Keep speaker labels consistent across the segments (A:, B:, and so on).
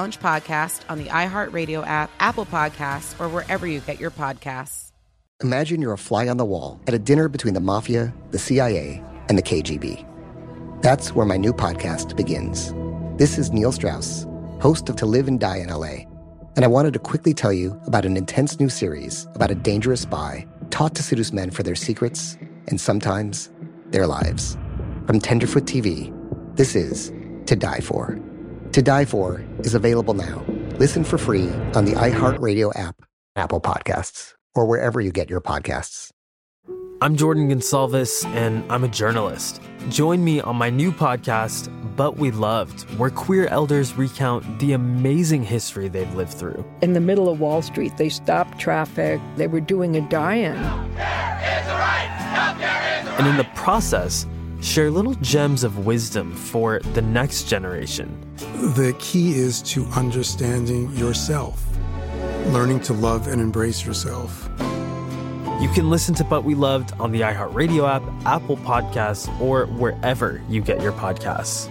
A: podcast on the iHeartRadio app, Apple Podcasts, or wherever you get your podcasts.
B: Imagine you're a fly on the wall at a dinner between the mafia, the CIA, and the KGB. That's where my new podcast begins. This is Neil Strauss, host of To Live and Die in LA, and I wanted to quickly tell you about an intense new series about a dangerous spy taught to seduce men for their secrets and sometimes their lives. From Tenderfoot TV, this is To Die For. To Die For is available now. Listen for free on the iHeartRadio app, Apple Podcasts, or wherever you get your podcasts.
C: I'm Jordan Gonsalves, and I'm a journalist. Join me on my new podcast, But We Loved, where queer elders recount the amazing history they've lived through.
D: In the middle of Wall Street, they stopped traffic. They were doing a die in.
C: And in the process, share little gems of wisdom for the next generation.
E: The key is to understanding yourself, learning to love and embrace yourself.
C: You can listen to But We Loved on the iHeartRadio app, Apple Podcasts, or wherever you get your podcasts.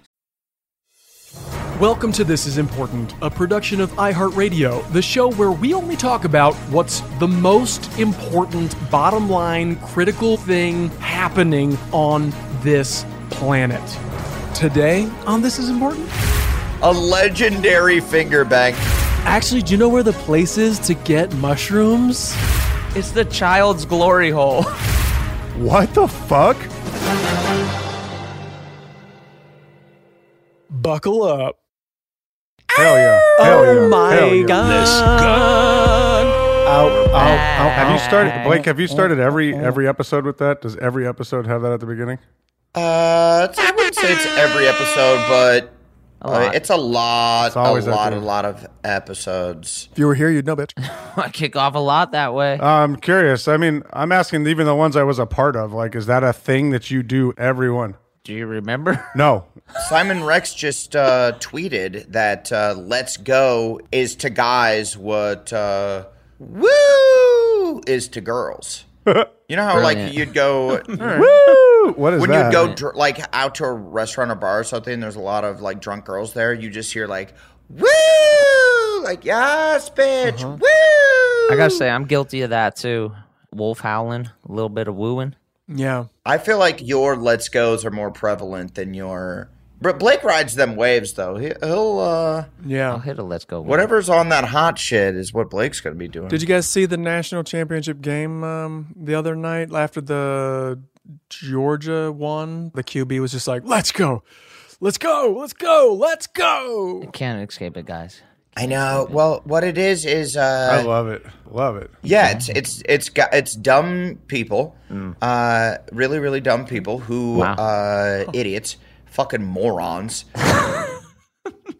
F: Welcome to This Is Important, a production of iHeartRadio, the show where we only talk about what's the most important, bottom line, critical thing happening on this planet. Today on This Is Important?
G: a legendary finger bang.
F: Actually, do you know where the place is to get mushrooms?
H: It's the child's glory hole.
I: what the fuck?
F: Buckle up.
I: Hell yeah. Hell
A: oh
I: yeah.
A: my
I: Hell yeah.
A: God.
I: Ow, ow, ow. Have you started Blake, have you started every every episode with that? Does every episode have that at the beginning?
G: Uh, it's- I wouldn't say it's every episode, but uh, it's a lot,
I: It's
G: a
I: always out
G: lot,
I: there.
G: a lot of episodes.
I: If you were here, you'd know, bitch.
A: I kick off a lot that way.
I: I'm curious. I mean, I'm asking even the ones I was a part of. Like, is that a thing that you do? Everyone?
H: Do you remember?
I: No.
G: Simon Rex just uh, tweeted that uh, "Let's go" is to guys what uh, "woo" is to girls. You know how like you'd go
I: Woo! What is
G: when
I: that?
G: you go dr- like out to a restaurant or bar or something, there's a lot of like drunk girls there. You just hear like "woo," like "yes, bitch," "woo."
H: I gotta say, I'm guilty of that too. Wolf howling, a little bit of wooing.
F: Yeah.
G: I feel like your "Let's Go's" are more prevalent than your. But Blake rides them waves though. He, he'll uh,
H: I'll
F: Yeah.
H: hit a let's go. wave.
G: whatever's on that hot shit is what Blake's gonna be doing.
F: Did you guys see the national championship game um, the other night after the Georgia won? The QB was just like, let's go. Let's go. Let's go. Let's go.
H: Can't escape it, guys.
G: I know. Well, what it is is
I: I
G: uh,
I: love it. Love it.
G: yeah, it's it's it's got it's dumb people, uh, really really dumb people who
H: Mm. Wow.
G: uh, idiots, fucking morons.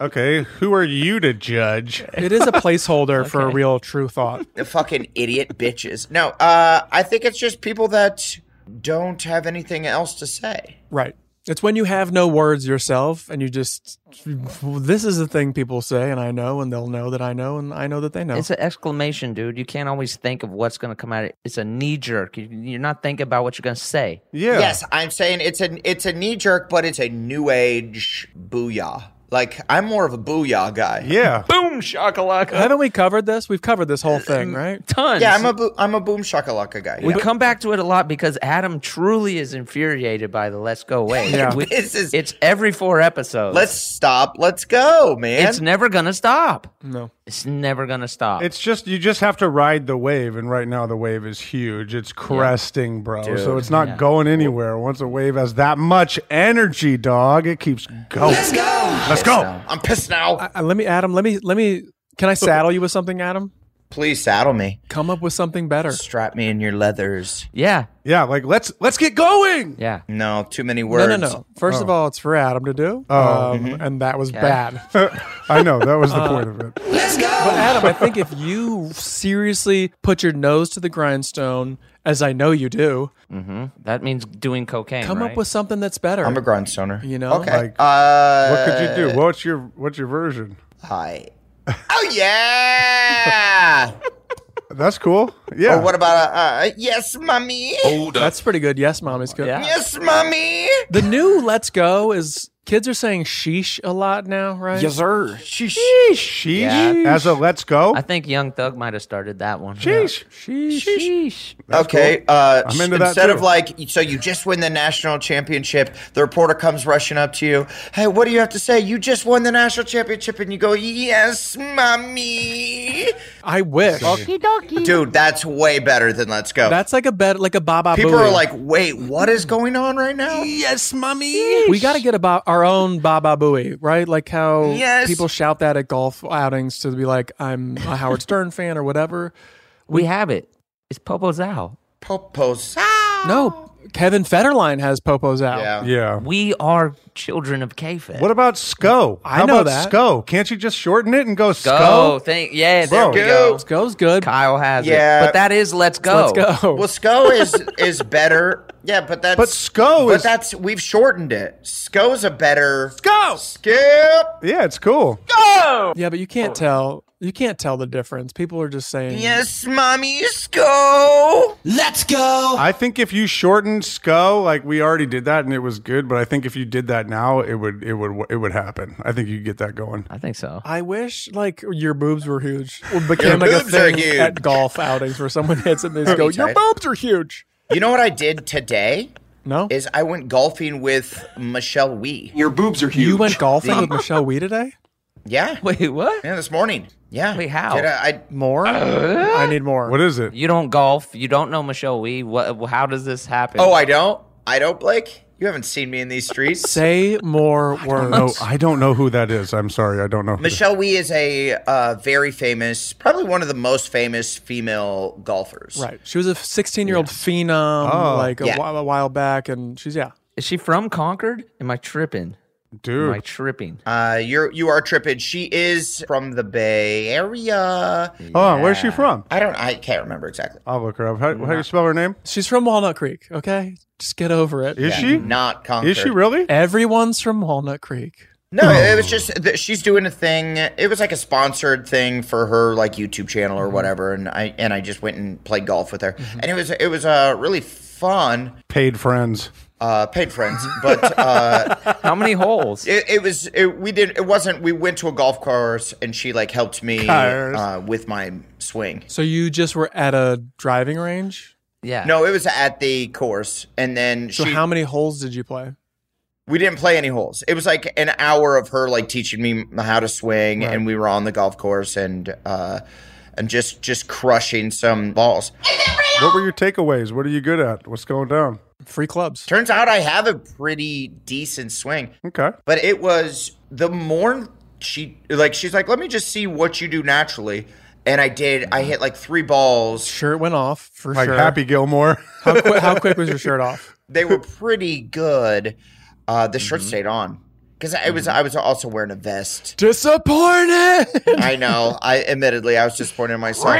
I: Okay, who are you to judge?
F: It is a placeholder for a real true thought.
G: the fucking idiot bitches. No, uh, I think it's just people that don't have anything else to say.
F: Right. It's when you have no words yourself and you just, this is the thing people say, and I know, and they'll know that I know, and I know that they know.
H: It's an exclamation, dude. You can't always think of what's gonna come out. of it. It's a knee jerk. You- You're not thinking about what you're gonna say.
I: Yeah.
G: Yes, I'm saying it's a it's a knee jerk, but it's a new age booyah. Like I'm more of a booyah guy.
I: Yeah.
H: boom shakalaka. Uh, mm,
F: Haven't we covered this? We've covered this whole thing, right?
H: Tons.
G: Yeah, I'm a boo- I'm a boom shakalaka guy.
H: We
G: yeah.
H: come back to it a lot because Adam truly is infuriated by the let's go away.
G: Yeah.
H: We-
G: This is-
H: it's every four episodes.
G: Let's stop. Let's go, man.
H: It's never gonna stop.
F: No.
H: It's never gonna stop.
I: It's just you just have to ride the wave, and right now the wave is huge. It's cresting, bro.
H: Dude,
I: so it's not going anywhere. Once a wave has that much energy, dog, it keeps going.
G: Let's go.
I: Let's go.
G: I'm pissed now.
F: I, I- let me, Adam. Let me. Let me. Can I saddle you with something, Adam?
G: Please saddle me.
F: Come up with something better.
G: Strap me in your leathers.
H: yeah,
I: Yeah, like let's let's get going.
H: yeah.
G: No, too many words. Oh.
F: No, no, no. First of all, it's for Adam to do. um, And that was bad.
I: I know that was the point of it.
F: Uh, But Adam, I think if you seriously put your nose to the grindstone, as I know you do,
H: Mm-hmm. That means doing cocaine.
F: come
H: right?
F: up with something that's better.
G: I'm a grindstoner.
F: You know?
G: Okay.
I: Like,
G: uh,
I: What could you do? What's your what's your version?
G: Hi. Oh yeah.
I: That's cool. Yeah. Oh,
G: or what about uh, uh, yes, mommy?
F: that's pretty good. Yes, mom is good.
H: Yeah.
G: Yes, mommy.
F: The new "Let's Go" is kids are saying "sheesh" a lot now, right? Yes, sir.
I: Sheesh. Sheesh. As a let's go.
H: I think Young Thug might have started that one.
I: Sheesh.
H: Sheesh.
G: okay. Uh,
I: I'm into that
G: instead
I: too.
G: of like, so you just win the national championship. The reporter comes rushing up to you. Hey, what do you have to say? You just won the national championship, and you go, "Yes, mommy."
F: I wish.
G: Dude, that's way better than "Let's Go."
F: That's like a bet, like a Baba.
G: People
F: Booey.
G: are like, "Wait, what is going on right now?"
I: Yes, mommy.
F: we got to get about our own Baba Booey, right? Like how
G: Yes.
F: people shout that at golf outings to be like, "I'm a Howard Stern fan" or whatever.
H: We have it. It's Popo's out.
G: Popos.
F: No, Kevin Federline has Popo's out.
G: Yeah.
I: Yeah.
H: We are children of KFED.
I: What about SCO?
F: I
I: How
F: know
I: about
F: that.
I: SCO? Can't you just shorten it and go SCO?
H: go? Thank yeah. There
I: Bro.
H: we go.
F: Let's go's good.
H: Kyle has
G: Yeah.
H: it. But that is let's go.
F: Let's go.
G: Well, SCO is is better. Yeah, but that's
I: But SCO
G: But
I: is-
G: that's we've shortened it. SCO's a better
I: Go.
G: skip.
I: Yeah, it's cool.
F: Yeah, but you can't tell. You can't tell the difference. People are just saying,
G: Yes, mommy, SCO.
I: I think if you shortened SCO, like we already did that and it was good, but I think if you did that now, it would it would it would happen. I think you get that going.
H: I think so.
F: I wish like your boobs were huge. It became like a
G: boobs are
F: thing
G: huge.
F: at golf outings where someone hits it and they just go, "Your
G: tight.
F: boobs are huge."
G: You know what I did today
F: No,
G: is I went golfing with Michelle Wee.
F: you went golfing with Michelle Wee today.
G: Yeah,
H: Wait, what?
G: yeah, this morning. Yeah.
H: Wait, how? Uh?
G: Did I, I-
F: More? I need more.
I: What is it?
H: You don't golf. You don't know Michelle Wee. What? How does this happen?
G: oh, I don't. I don't, Blake. You haven't seen me in these streets.
F: Say more words.
I: No, I don't know who that is. I'm sorry. I don't know. Who
G: Michelle Wee is a uh, very famous, probably one of the most famous female golfers.
F: Right. She was a 16 year old phenom
I: Oh.
F: like a,
G: Yeah.
F: while, a while back, and she's yeah.
H: Is she from Concord? Am I tripping? Am I
I: Dude.
H: tripping?
G: Uh, you're you are tripping. She is from the Bay Area.
I: Oh, where's she from?
G: I don't. I can't remember exactly.
I: I'll look her up. How, how do you spell her name?
F: She's from Walnut Creek. Okay, just get over it.
I: Is she?
G: Not Concord.
I: Is she really?
F: Everyone's from Walnut Creek.
G: No,
H: Oh.
G: it was just that she's doing a thing. It was like a sponsored thing for her like YouTube channel
H: Mm-hmm.
G: or whatever, and I and I just went and played golf with her, and it was it was uh, really fun.
I: Paid friends.
G: Uh, paid friends, but uh,
H: Mm-hmm. How many holes?
G: it, it was it, we did it wasn't. We went to a golf course, and she like helped me
I: Cars.
G: uh, with my swing.
F: So you just were at a driving range.
H: Yeah.
G: No, it was at the course, and then
F: So
G: she.
F: how many holes did you play?
G: we didn't play any holes. It was like an hour of her like teaching me how to swing, and we were on the golf course and uh, and just just crushing some balls.
I: What were your takeaways? What are you good at? What's going down?
F: Free clubs.
G: Turns out I have a pretty decent swing,
I: Okay.
G: but it was the more she like she's like, let me just see what you do naturally, and I did. I hit like three balls.
F: Sure, it went off for
I: Like
F: sure.
I: Happy Gilmore.
F: How, qui- how quick was your shirt off?
G: They were pretty good. Uh, the shirt stayed on because I was I was also wearing a vest.
F: Disappointed.
G: I know. I admittedly I was disappointed in myself.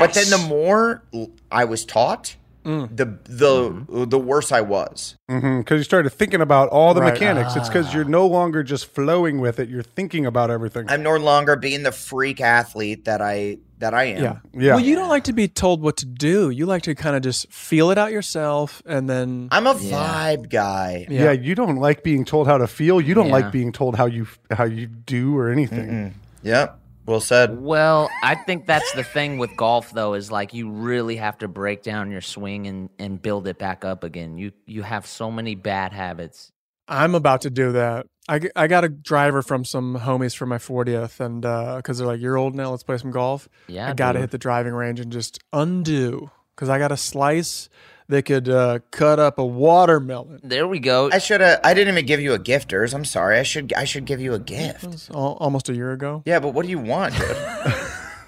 G: But then the more l- I was taught, the the the worse I was.
I: Because Mm-hmm, you started thinking about all the
G: Right.
I: mechanics. It's because you're no longer just flowing with it. You're thinking about everything.
G: I'm no longer being the freak athlete that I that I am.
F: Well, you don't like to be told what to do. You like to kind of just feel it out yourself, and then
G: I'm a vibe guy.
I: Yeah. you don't like being told how to feel. You don't
H: Yeah.
I: like being told how you how you do or anything.
G: Yep. Well said.
H: Well, I think that's the thing with golf though is like you really have to break down your swing and and build it back up again. You you have so many bad habits.
F: I'm about to do that. I, g- I got a driver from some homies for my 40th, and because they're like, "You're old now, let's play some golf."
H: Yeah,
F: I got to
H: dude.
F: hit the driving range and just undo because I got a slice that could uh, cut up a watermelon.
H: There we go.
G: I should have. I didn't even give you a gifters. I'm sorry. I should. I should give you a gift.
F: It's al- almost a year ago.
G: Yeah, but what do you want,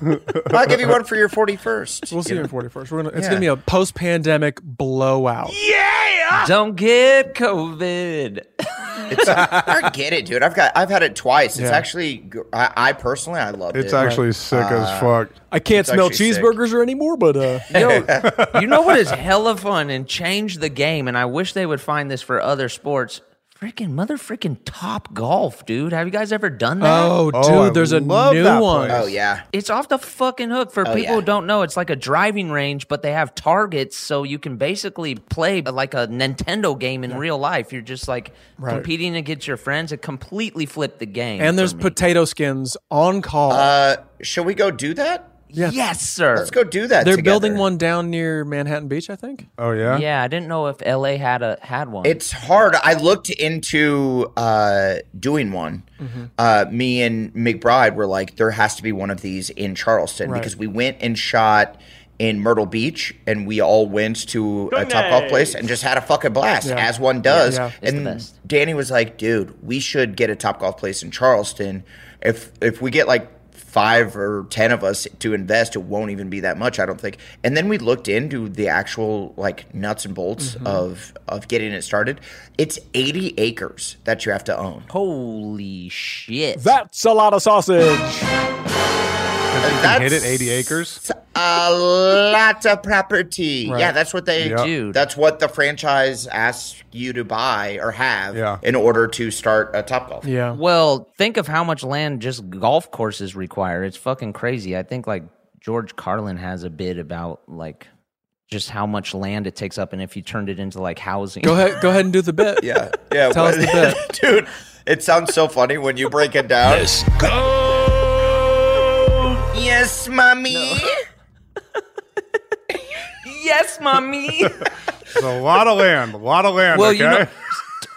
G: dude? I'll give you one for your 41st.
F: We'll see
G: You
F: you
G: know?
F: on 41st. We're gonna. It's
G: Yeah.
F: gonna be a post-pandemic blowout.
H: Don't get COVID.
G: It's, I get it, dude. I've got. I've had it twice. It's
F: Yeah.
G: actually. gr- I, I personally, I love it.
I: It's actually sick as
G: Uh,
I: fuck.
F: I can't
G: It's
F: smell
G: actually sick.
F: cheeseburgers or anymore, but uh,
H: you know what is hella fun and change the game, and I wish they would find this for other sports. Freaking mother freaking top golf, dude. Have you guys ever done that?
F: Oh, dude,
I: Oh, I
F: there's a
I: love
F: new
I: that
F: one.
I: place. Oh,
G: Oh yeah.
H: It's off the fucking hook for people who don't know. It's like a driving range, but they have targets, so you can basically play like a Nintendo game in real life. You're just like competing against your friends. It completely flipped the game.
F: And there's
H: for me.
F: potato skins on call.
G: Uh, shall we go do that?
F: yeah,
H: yes, sir.
G: Let's go do that.
F: they're
G: together.
F: building one down near Manhattan Beach, I think.
I: Oh yeah.
H: Yeah, I didn't know if LA had a had one.
G: It's hard. I looked into uh, doing one.
F: Mm-hmm.
G: Uh, me and McBride were like, there has to be one of these in Charleston
F: Right.
G: because we went and shot in Myrtle Beach and we all went to a top golf place and just had a fucking blast,
F: Yeah.
G: as one does.
F: Yeah.
H: It's the
G: And
H: best.
G: Danny was like, dude, we should get a top golf place in Charleston. If if we get like five or ten of us to invest, it won't even be that much, I don't think. And then we looked into the actual like nuts and bolts
H: Mm-hmm.
G: of of getting it started. It's eighty acres that you have to own.
H: holy shit.
F: That's a lot of sausage.
I: You can hit it 80 acres.
G: That's A lot of property. Yeah, that's what they
I: Yeah.
H: Dude.
G: That's what the franchise asks you to buy or have
I: Yeah.
G: in order to start a top golf.
F: Yeah.
H: Well, think of how much land just golf courses require. It's fucking crazy. I think like George Carlin has a bit about like just how much land it takes up and if you turned it into like housing.
F: Go ahead. Go ahead and do the bit.
G: Yeah, yeah.
F: Tell us
G: but-
F: the
G: dude. It sounds so funny when you break it down. Let's go. Yes, mommy.
H: Yes, mommy.
I: It's a lot of land. A lot of land.
H: well,
I: okay?
H: you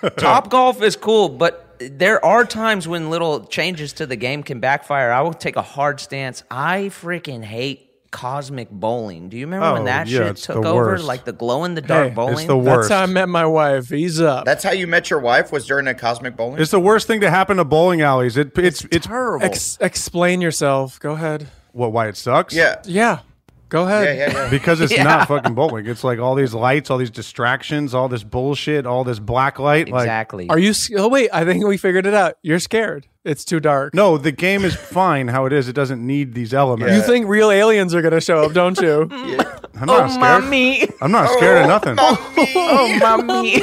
H: know, Top Golf is cool, but there are times when little changes to the game can backfire. I will take a hard stance. I freaking hate cosmic bowling. Do you remember when
I: Oh,
H: that
I: yeah,
H: shit
I: it's
H: took
I: the
H: over?
I: worst.
H: Like the glow in the dark
F: Hey,
H: bowling.
I: it's the
F: That's
I: worst.
F: how I met my wife. He's up.
G: That's how you met your wife was during a cosmic bowling.
I: It's the worst thing to happen to bowling alleys. It, it's it's, terrible.
F: Ex- explain yourself. Go ahead.
I: what? Why it sucks?
G: yeah,
F: Yeah. Go
G: yeah,
F: ahead.
G: yeah, yeah.
I: Because it's not fucking bowling. It's like all these lights, all these distractions, all this bullshit, all this black light. Like
H: exactly.
F: Are you? s- Oh wait, I think we figured it out. You're scared. It's too dark.
I: no, the game is fine how it is. It doesn't need these elements.
F: You think real aliens are gonna show up, don't you?
I: I'm not
H: Oh,
I: scared.
H: mommy.
I: I'm not scared of nothing.
H: Oh, mommy.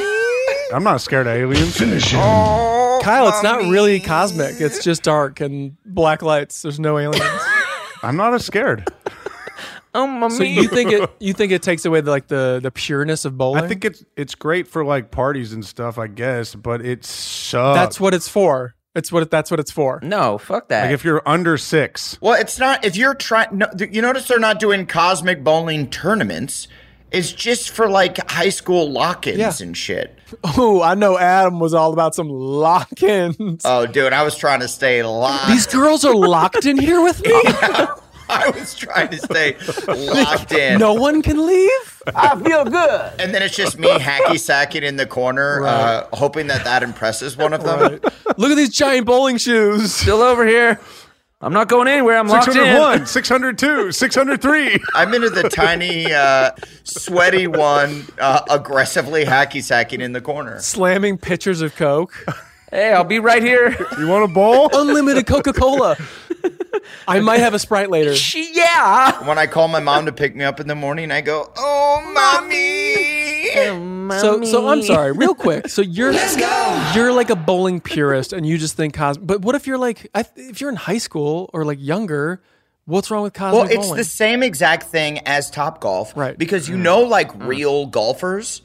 I: I'm not scared of aliens. Finish it.
F: Kyle, it's not really cosmic. It's just dark and black lights. There's no aliens.
I: I'm not as scared.
H: Oh, mommy.
F: So you think it? You think it takes away the, like the the pureness of bowling?
I: I think it's it's great for like parties and stuff, I guess, but it sucks.
F: that's what it's for. It's what that's what it's for.
H: no, fuck that.
I: like if you're under six.
G: Well, it's not if you're trying. No, th- you notice they're not doing cosmic bowling tournaments. It's just for like high school lock-ins
F: Yeah.
G: and shit.
F: Oh, I know Adam was all about some lock-ins.
G: Oh, dude, I was trying to stay locked.
F: These girls are locked in here with me.
G: I was trying to stay locked in.
F: No one can leave. I feel good.
G: And then it's just me hacky sacking in the corner, uh, hoping that that impresses one of them.
F: Look at these giant bowling shoes.
H: Still over here. I'm not going anywhere. I'm locked in.
I: 601, 602, 603.
G: I'm into the tiny, uh, sweaty one, uh, aggressively hacky sacking in the corner.
F: Slamming pitchers of Coke.
H: Hey, I'll be right here.
I: You want a bowl?
F: Unlimited Coca Cola. I might have a Sprite later.
G: yeah. When I call my mom to pick me up in the morning, I go, "Oh, mommy."
F: So, so I'm sorry, real quick. So you're you're like a bowling purist, and you just think Cosmic. But what if you're like, I, if you're in high school or like younger, what's wrong with Cosmic
G: Well, it's
F: bowling?
G: the same exact thing as Top Golf, right? Because you
F: Mm.
G: know, like real golfers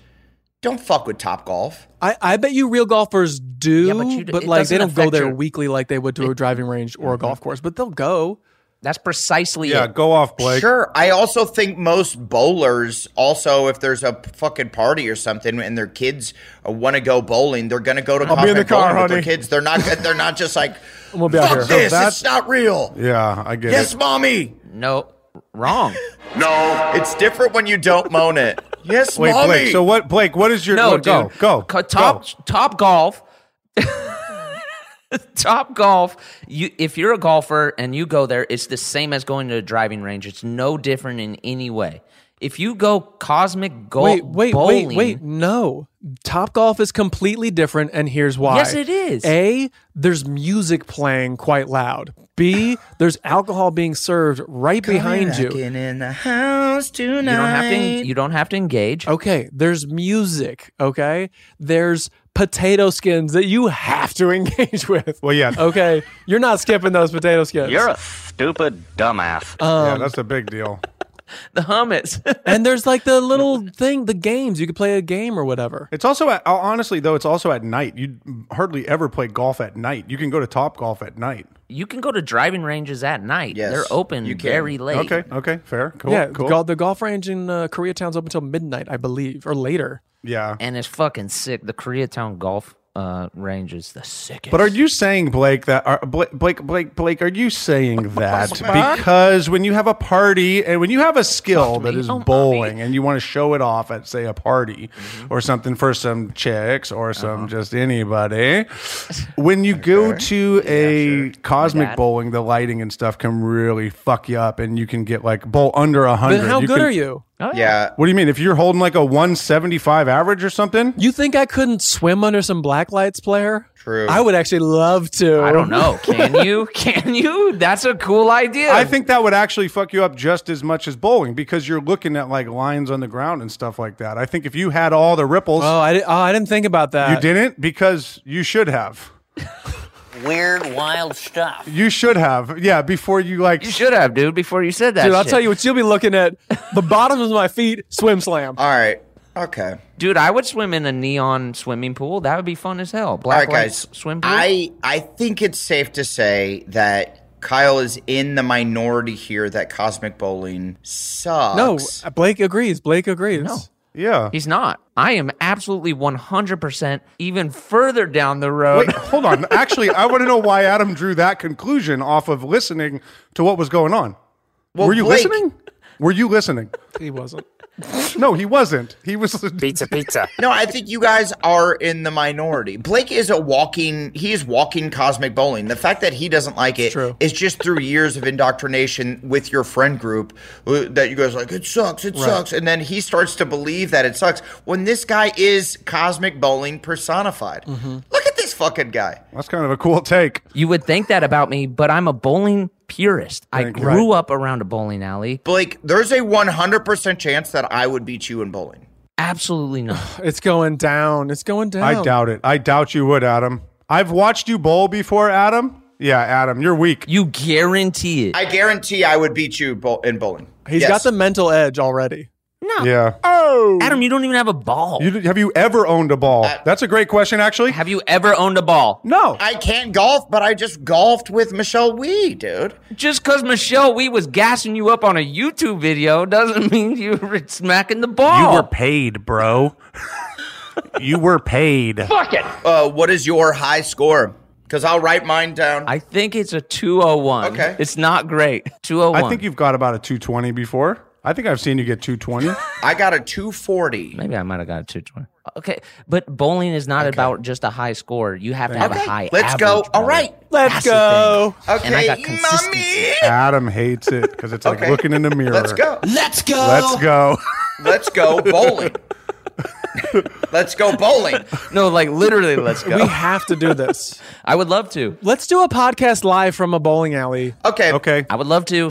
G: don't fuck with Top Golf.
F: I, I bet you real golfers do, but,
G: d- it
F: like they don't
G: doesn't
F: go
G: affect
F: there
G: your-
F: weekly like they would to a driving range or a golf course, but they'll go.
H: That's precisely
I: off,
G: Sure. I also think most bowlers, also, if there's a p- fucking party or something and their kids want to go bowling, they're going to go to
I: I'll be in the
G: Cosmic
I: car,
G: Bowling with their
I: honey.
G: kids. They're not. They're not just like.
F: We'll
I: be out
G: Fuck
I: here." So
G: this!
I: that's-
G: it's not real.
I: Yeah, I get
G: Yes,
I: it.
G: mommy.
H: No, wrong.
G: no, it's different when you don't moan it. Yes,
I: Wait,
G: mommy.
I: Blake. So what, Blake? What is your
H: no,
I: what- go
H: dude.
I: go
H: Co- top top golf. top golf. You if you're a golfer and you go there, it's the same as going to a driving range. It's no different in any way. If you go cosmic golf
F: wait, wait,
H: bowling,
F: wait, wait. No. Top golf is completely different, and here's why.
H: Yes, it is.
F: A, there's music playing quite loud. B, there's alcohol being served right behind you.
G: Rocking in the house tonight.
H: You don't have to. You don't have to engage.
F: Okay, there's music. Okay, there's potato skins that you have to engage with.
I: Well, yeah.
F: Okay, you're not skipping those potato skins.
J: You're a stupid dumbass.
F: Um,
I: that's a big deal.
H: the hummus.
F: and there's like the little thing, the games. You could play a game or whatever.
I: It's also at, honestly though. It's also at night. You hardly ever play golf at night. You can go to Top Golf at night.
H: You can go to driving ranges at night.
I: Yes,
H: They're open
I: you can.
H: very late.
I: Okay, okay, fair, cool,
F: yeah,
I: cool.
F: gol- the golf range in uh, Koreatown's open until midnight, I believe, or later.
I: Yeah.
H: And it's fucking sick. The Koreatown golf uh, range is the sickest.
I: But are you saying, Blake, that are, Blake, Blake, Blake, Blake, are you saying that because when you have a party and when you have a skill that
F: Oh,
I: is bowling and you want to show it off at, say, a party
F: Mm-hmm.
I: or something for some chicks
F: Uh-huh.
I: or some just anybody, when you go to a cosmic
F: dad.
I: bowling, the lighting and stuff can really fuck you up and you can get like bowl under a hundred.
F: Then how good
I: can-
F: are you?
H: Oh,
G: Yeah.
I: What do you mean? If you're holding like a 175 average or something?
F: You think I couldn't swim under some black lights, player?
I: True.
F: I would actually love to.
I: I don't know.
H: Can you? Can you? That's a cool idea.
I: I think that would actually fuck you up just as much as bowling because you're looking at like lines on the ground and stuff like that. I think if you had all the ripples,
F: oh, I, di- oh, I didn't think about that.
I: you didn't because you should have.
J: Weird, wild stuff.
I: You should have. Yeah, before you like. You
H: should have, dude, before you said
F: Dude, I'll tell you what. You'll be looking at the bottoms of my feet. Swim slam.
G: All right. Okay.
H: Dude, I would swim in a neon swimming pool. That would be fun as hell. Black
G: All right,
H: lights swim pool.
G: I I think it's safe to say that Kyle is in the minority here. That cosmic bowling sucks.
F: No, Blake agrees. Blake agrees. No.
I: Yeah.
H: He's not. I am absolutely 100% even further down the road.
I: Wait, hold on. Actually, I want to know why Adam drew that conclusion off of listening to what was going on.
G: Well,
I: Were you
G: Blake-
I: listening? Were you listening?
F: He wasn't.
I: No, he wasn't. He was pizza,
J: pizza.
G: No, I think you guys are in the minority. Blake is a walking, he is walking cosmic bowling. The fact that he doesn't like it is just through years of indoctrination with your friend group uh, that you guys are like, it sucks, it
K: Right.
G: sucks. And then he starts to believe that it sucks when this guy is cosmic bowling personified.
F: Mm-hmm.
G: Look at this fucking guy.
I: That's kind of a cool take.
H: You would think that about me, but I'm a bowling purist. I grew up around a bowling alley.
G: Blake, there's a 100% chance that I would beat you in bowling.
H: Absolutely not.
F: It's going down. It's going down.
I: I doubt it. I doubt you would, Adam. I've watched you bowl before, Adam. Yeah, Adam, you're weak.
H: You guarantee it.
G: I guarantee I would beat you bo- in bowling.
F: He's
G: Yes.
F: got the mental edge already.
H: No.
I: Yeah.
H: Oh. Adam, you don't even have a ball.
I: You, have you ever owned a ball? That's a great question, actually.
H: Uh, Have you ever owned a ball?
I: No.
G: I can't golf, but I just golfed with Michelle Wee, dude.
H: Just because Michelle Wee was gassing you up on a YouTube video doesn't mean you were smacking the ball.
I: You were paid, bro. you were paid.
H: Fuck it.
G: Uh, what is your high score? Because I'll write mine down.
H: I think it's a 201.
G: Okay.
H: It's not great. 201.
I: I think you've got about a 220 before. I think I've seen you get 220.
G: I got a 240.
H: Maybe I might have got a 220. Okay, but bowling is not about just a high score. You have to have
G: Okay,
H: a high.
G: let's go.
H: average,
G: All
H: brother.
G: right.
F: Let's
H: That's the thing.
G: Okay,
H: and I got consistency.
I: Adam hates it because it's like looking in the mirror.
G: Let's go.
H: Let's go.
I: Let's go.
G: Let's go bowling. Let's go bowling.
H: No, like literally, let's go.
F: We have to do this.
H: I would love to.
F: Let's do a podcast live from a bowling alley.
G: Okay.
I: Okay.
H: I would love to.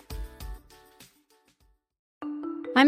L: I'm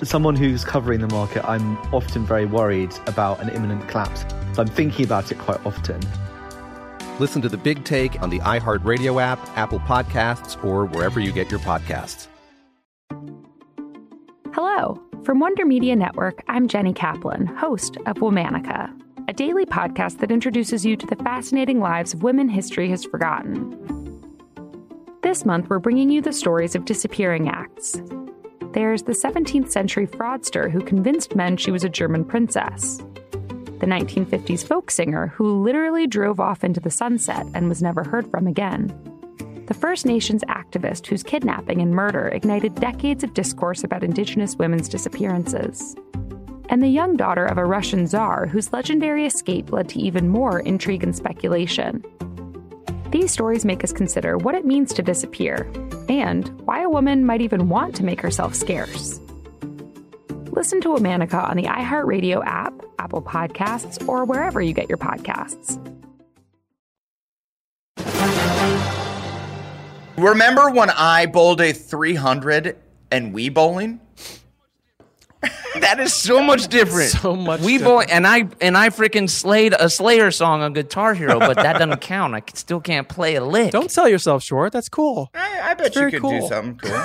M: As someone who's covering the market, I'm often very worried about an imminent collapse. So I'm thinking about it quite often.
N: Listen to the Big Take on the iHeartRadio app, Apple Podcasts, or wherever you get your podcasts.
O: Hello. From Wonder Media Network, I'm Jenny Kaplan, host of Womanica, a daily podcast that introduces you to the fascinating lives of women history has forgotten. This month, we're bringing you the stories of disappearing acts. There's the 17th century fraudster who convinced men she was a German princess, the 1950s folk singer who literally drove off into the sunset and was never heard from again the First Nations activist whose kidnapping and murder ignited decades of discourse about Indigenous women's disappearances. And the young daughter of a Russian czar whose legendary escape led to even more intrigue and speculation. These stories make us consider what it means to disappear and why a woman might even want to make herself scarce. Listen to Womanica on the iHeartRadio app, Apple Podcasts, or wherever you get your podcasts.
G: Remember when I bowled a 300 and we bowling?
H: that is so much different.
F: So much.
H: We boy and I and I freaking slayed a Slayer song on Guitar Hero, but that doesn't count. I c- still can't play a lick.
F: Don't sell yourself short. That's cool.
G: I, I bet
F: very
G: you could do
F: cool.
G: something cool.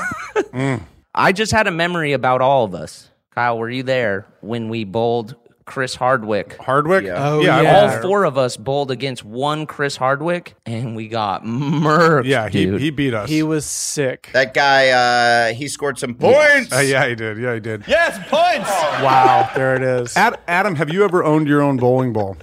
I: Mm.
H: I just had a memory about all of us. Kyle, were you there when we bowled Chris Hardwick?
I: Hardwick?
H: Yeah.
I: Oh, Yeah, I yeah. was
H: All four of us bowled against one Chris Hardwick, and we got murked.
I: Yeah, he,
H: dude.
I: he beat us.
F: He was sick.
G: That guy, uh, he scored some points.
I: Yes. Uh, yeah, he did. Yeah, he did.
G: Yes, points.
F: Wow, there it is.
I: Ad, Adam, have you ever owned your own bowling ball?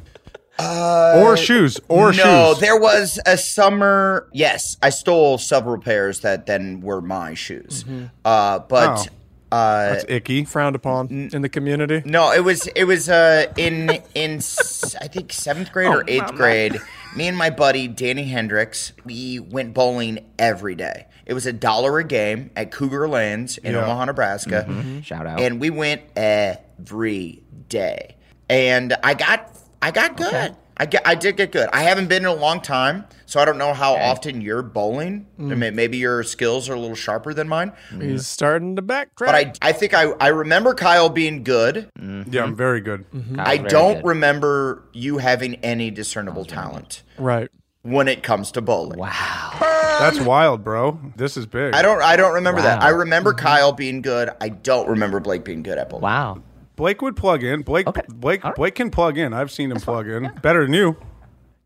I: or shoes? Or
G: Uh, no,
I: shoes?
G: there was a summer.
F: Mm-hmm.
G: Yes, I stole several pairs that then were my shoes. Uh, but
I: Oh.
G: Uh,
I: That's icky, frowned upon in the community.
G: No, it was it was uh, in in s- I think seventh grade
I: Oh,
G: or eighth
I: mama.
G: grade. Me and my buddy Danny Hendricks, we went bowling every day. It was a dollar a game at Cougar Lands in
H: Yeah.
G: Omaha, Nebraska.
H: Mm-hmm.
I: Mm-hmm.
H: Shout out.
G: And we went every day, and I got I got good. I, get, I did get good. I haven't been in a long time, so I don't know how often you're bowling. I
I: Mm.
G: mean, maybe your skills are a little sharper than mine.
I: He's starting to backtrack.
G: But I, I think I, I remember Kyle being good.
I: Mm-hmm. Yeah, I'm Mm-hmm. very good.
G: I don't remember you having any discernible talent
I: Right.
G: when it comes to bowling. Wow.
I: That's wild, bro. This is big.
G: I don't I don't remember that.
I: Wow. Mm-hmm.
G: I remember Kyle being good. I don't remember Blake being good at bowling.
H: Wow.
I: Blake would plug in. Blake Blake Blake can plug in. I've seen him plug in. Better than you.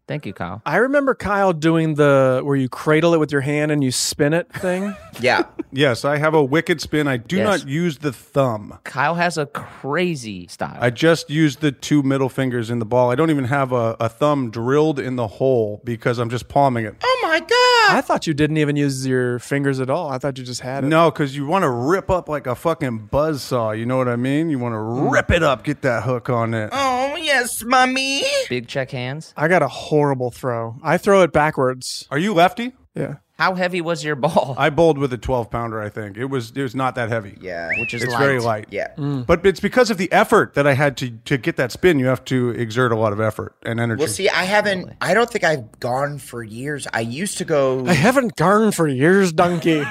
H: Thank you, Kyle.
F: I remember Kyle doing the where you cradle it with your hand and you spin it thing.
G: Yeah.
I: yes, I have a wicked spin. I do
H: Yes.
I: not use the thumb.
H: Kyle has a crazy style.
I: I just use the two middle fingers in the ball. I don't even have a, a thumb drilled in the hole because I'm just palming it.
G: Oh my god!
F: I thought you didn't even use your fingers at all. I thought you just had it.
I: No, because you want to rip up like a fucking buzzsaw. You know what I mean? You want
F: Mm.
I: to rip it up, get that hook on it.
G: Oh yes, mummy.
H: Big check hands.
F: I got a horrible throw. I throw it backwards.
I: Are you lefty?
F: Yeah.
H: How heavy was your ball?
I: I bowled with a 12 pounder, I think. It was it was not that heavy.
G: Yeah.
H: Which is
I: it's
H: light.
I: very light.
G: Yeah.
H: Mm.
I: But it's because of the effort that I had to to get that spin. You have to exert a lot of effort and energy.
G: Well, see, I haven't. I don't think I've gone for years. I used to go.
F: I haven't garned for years, donkey.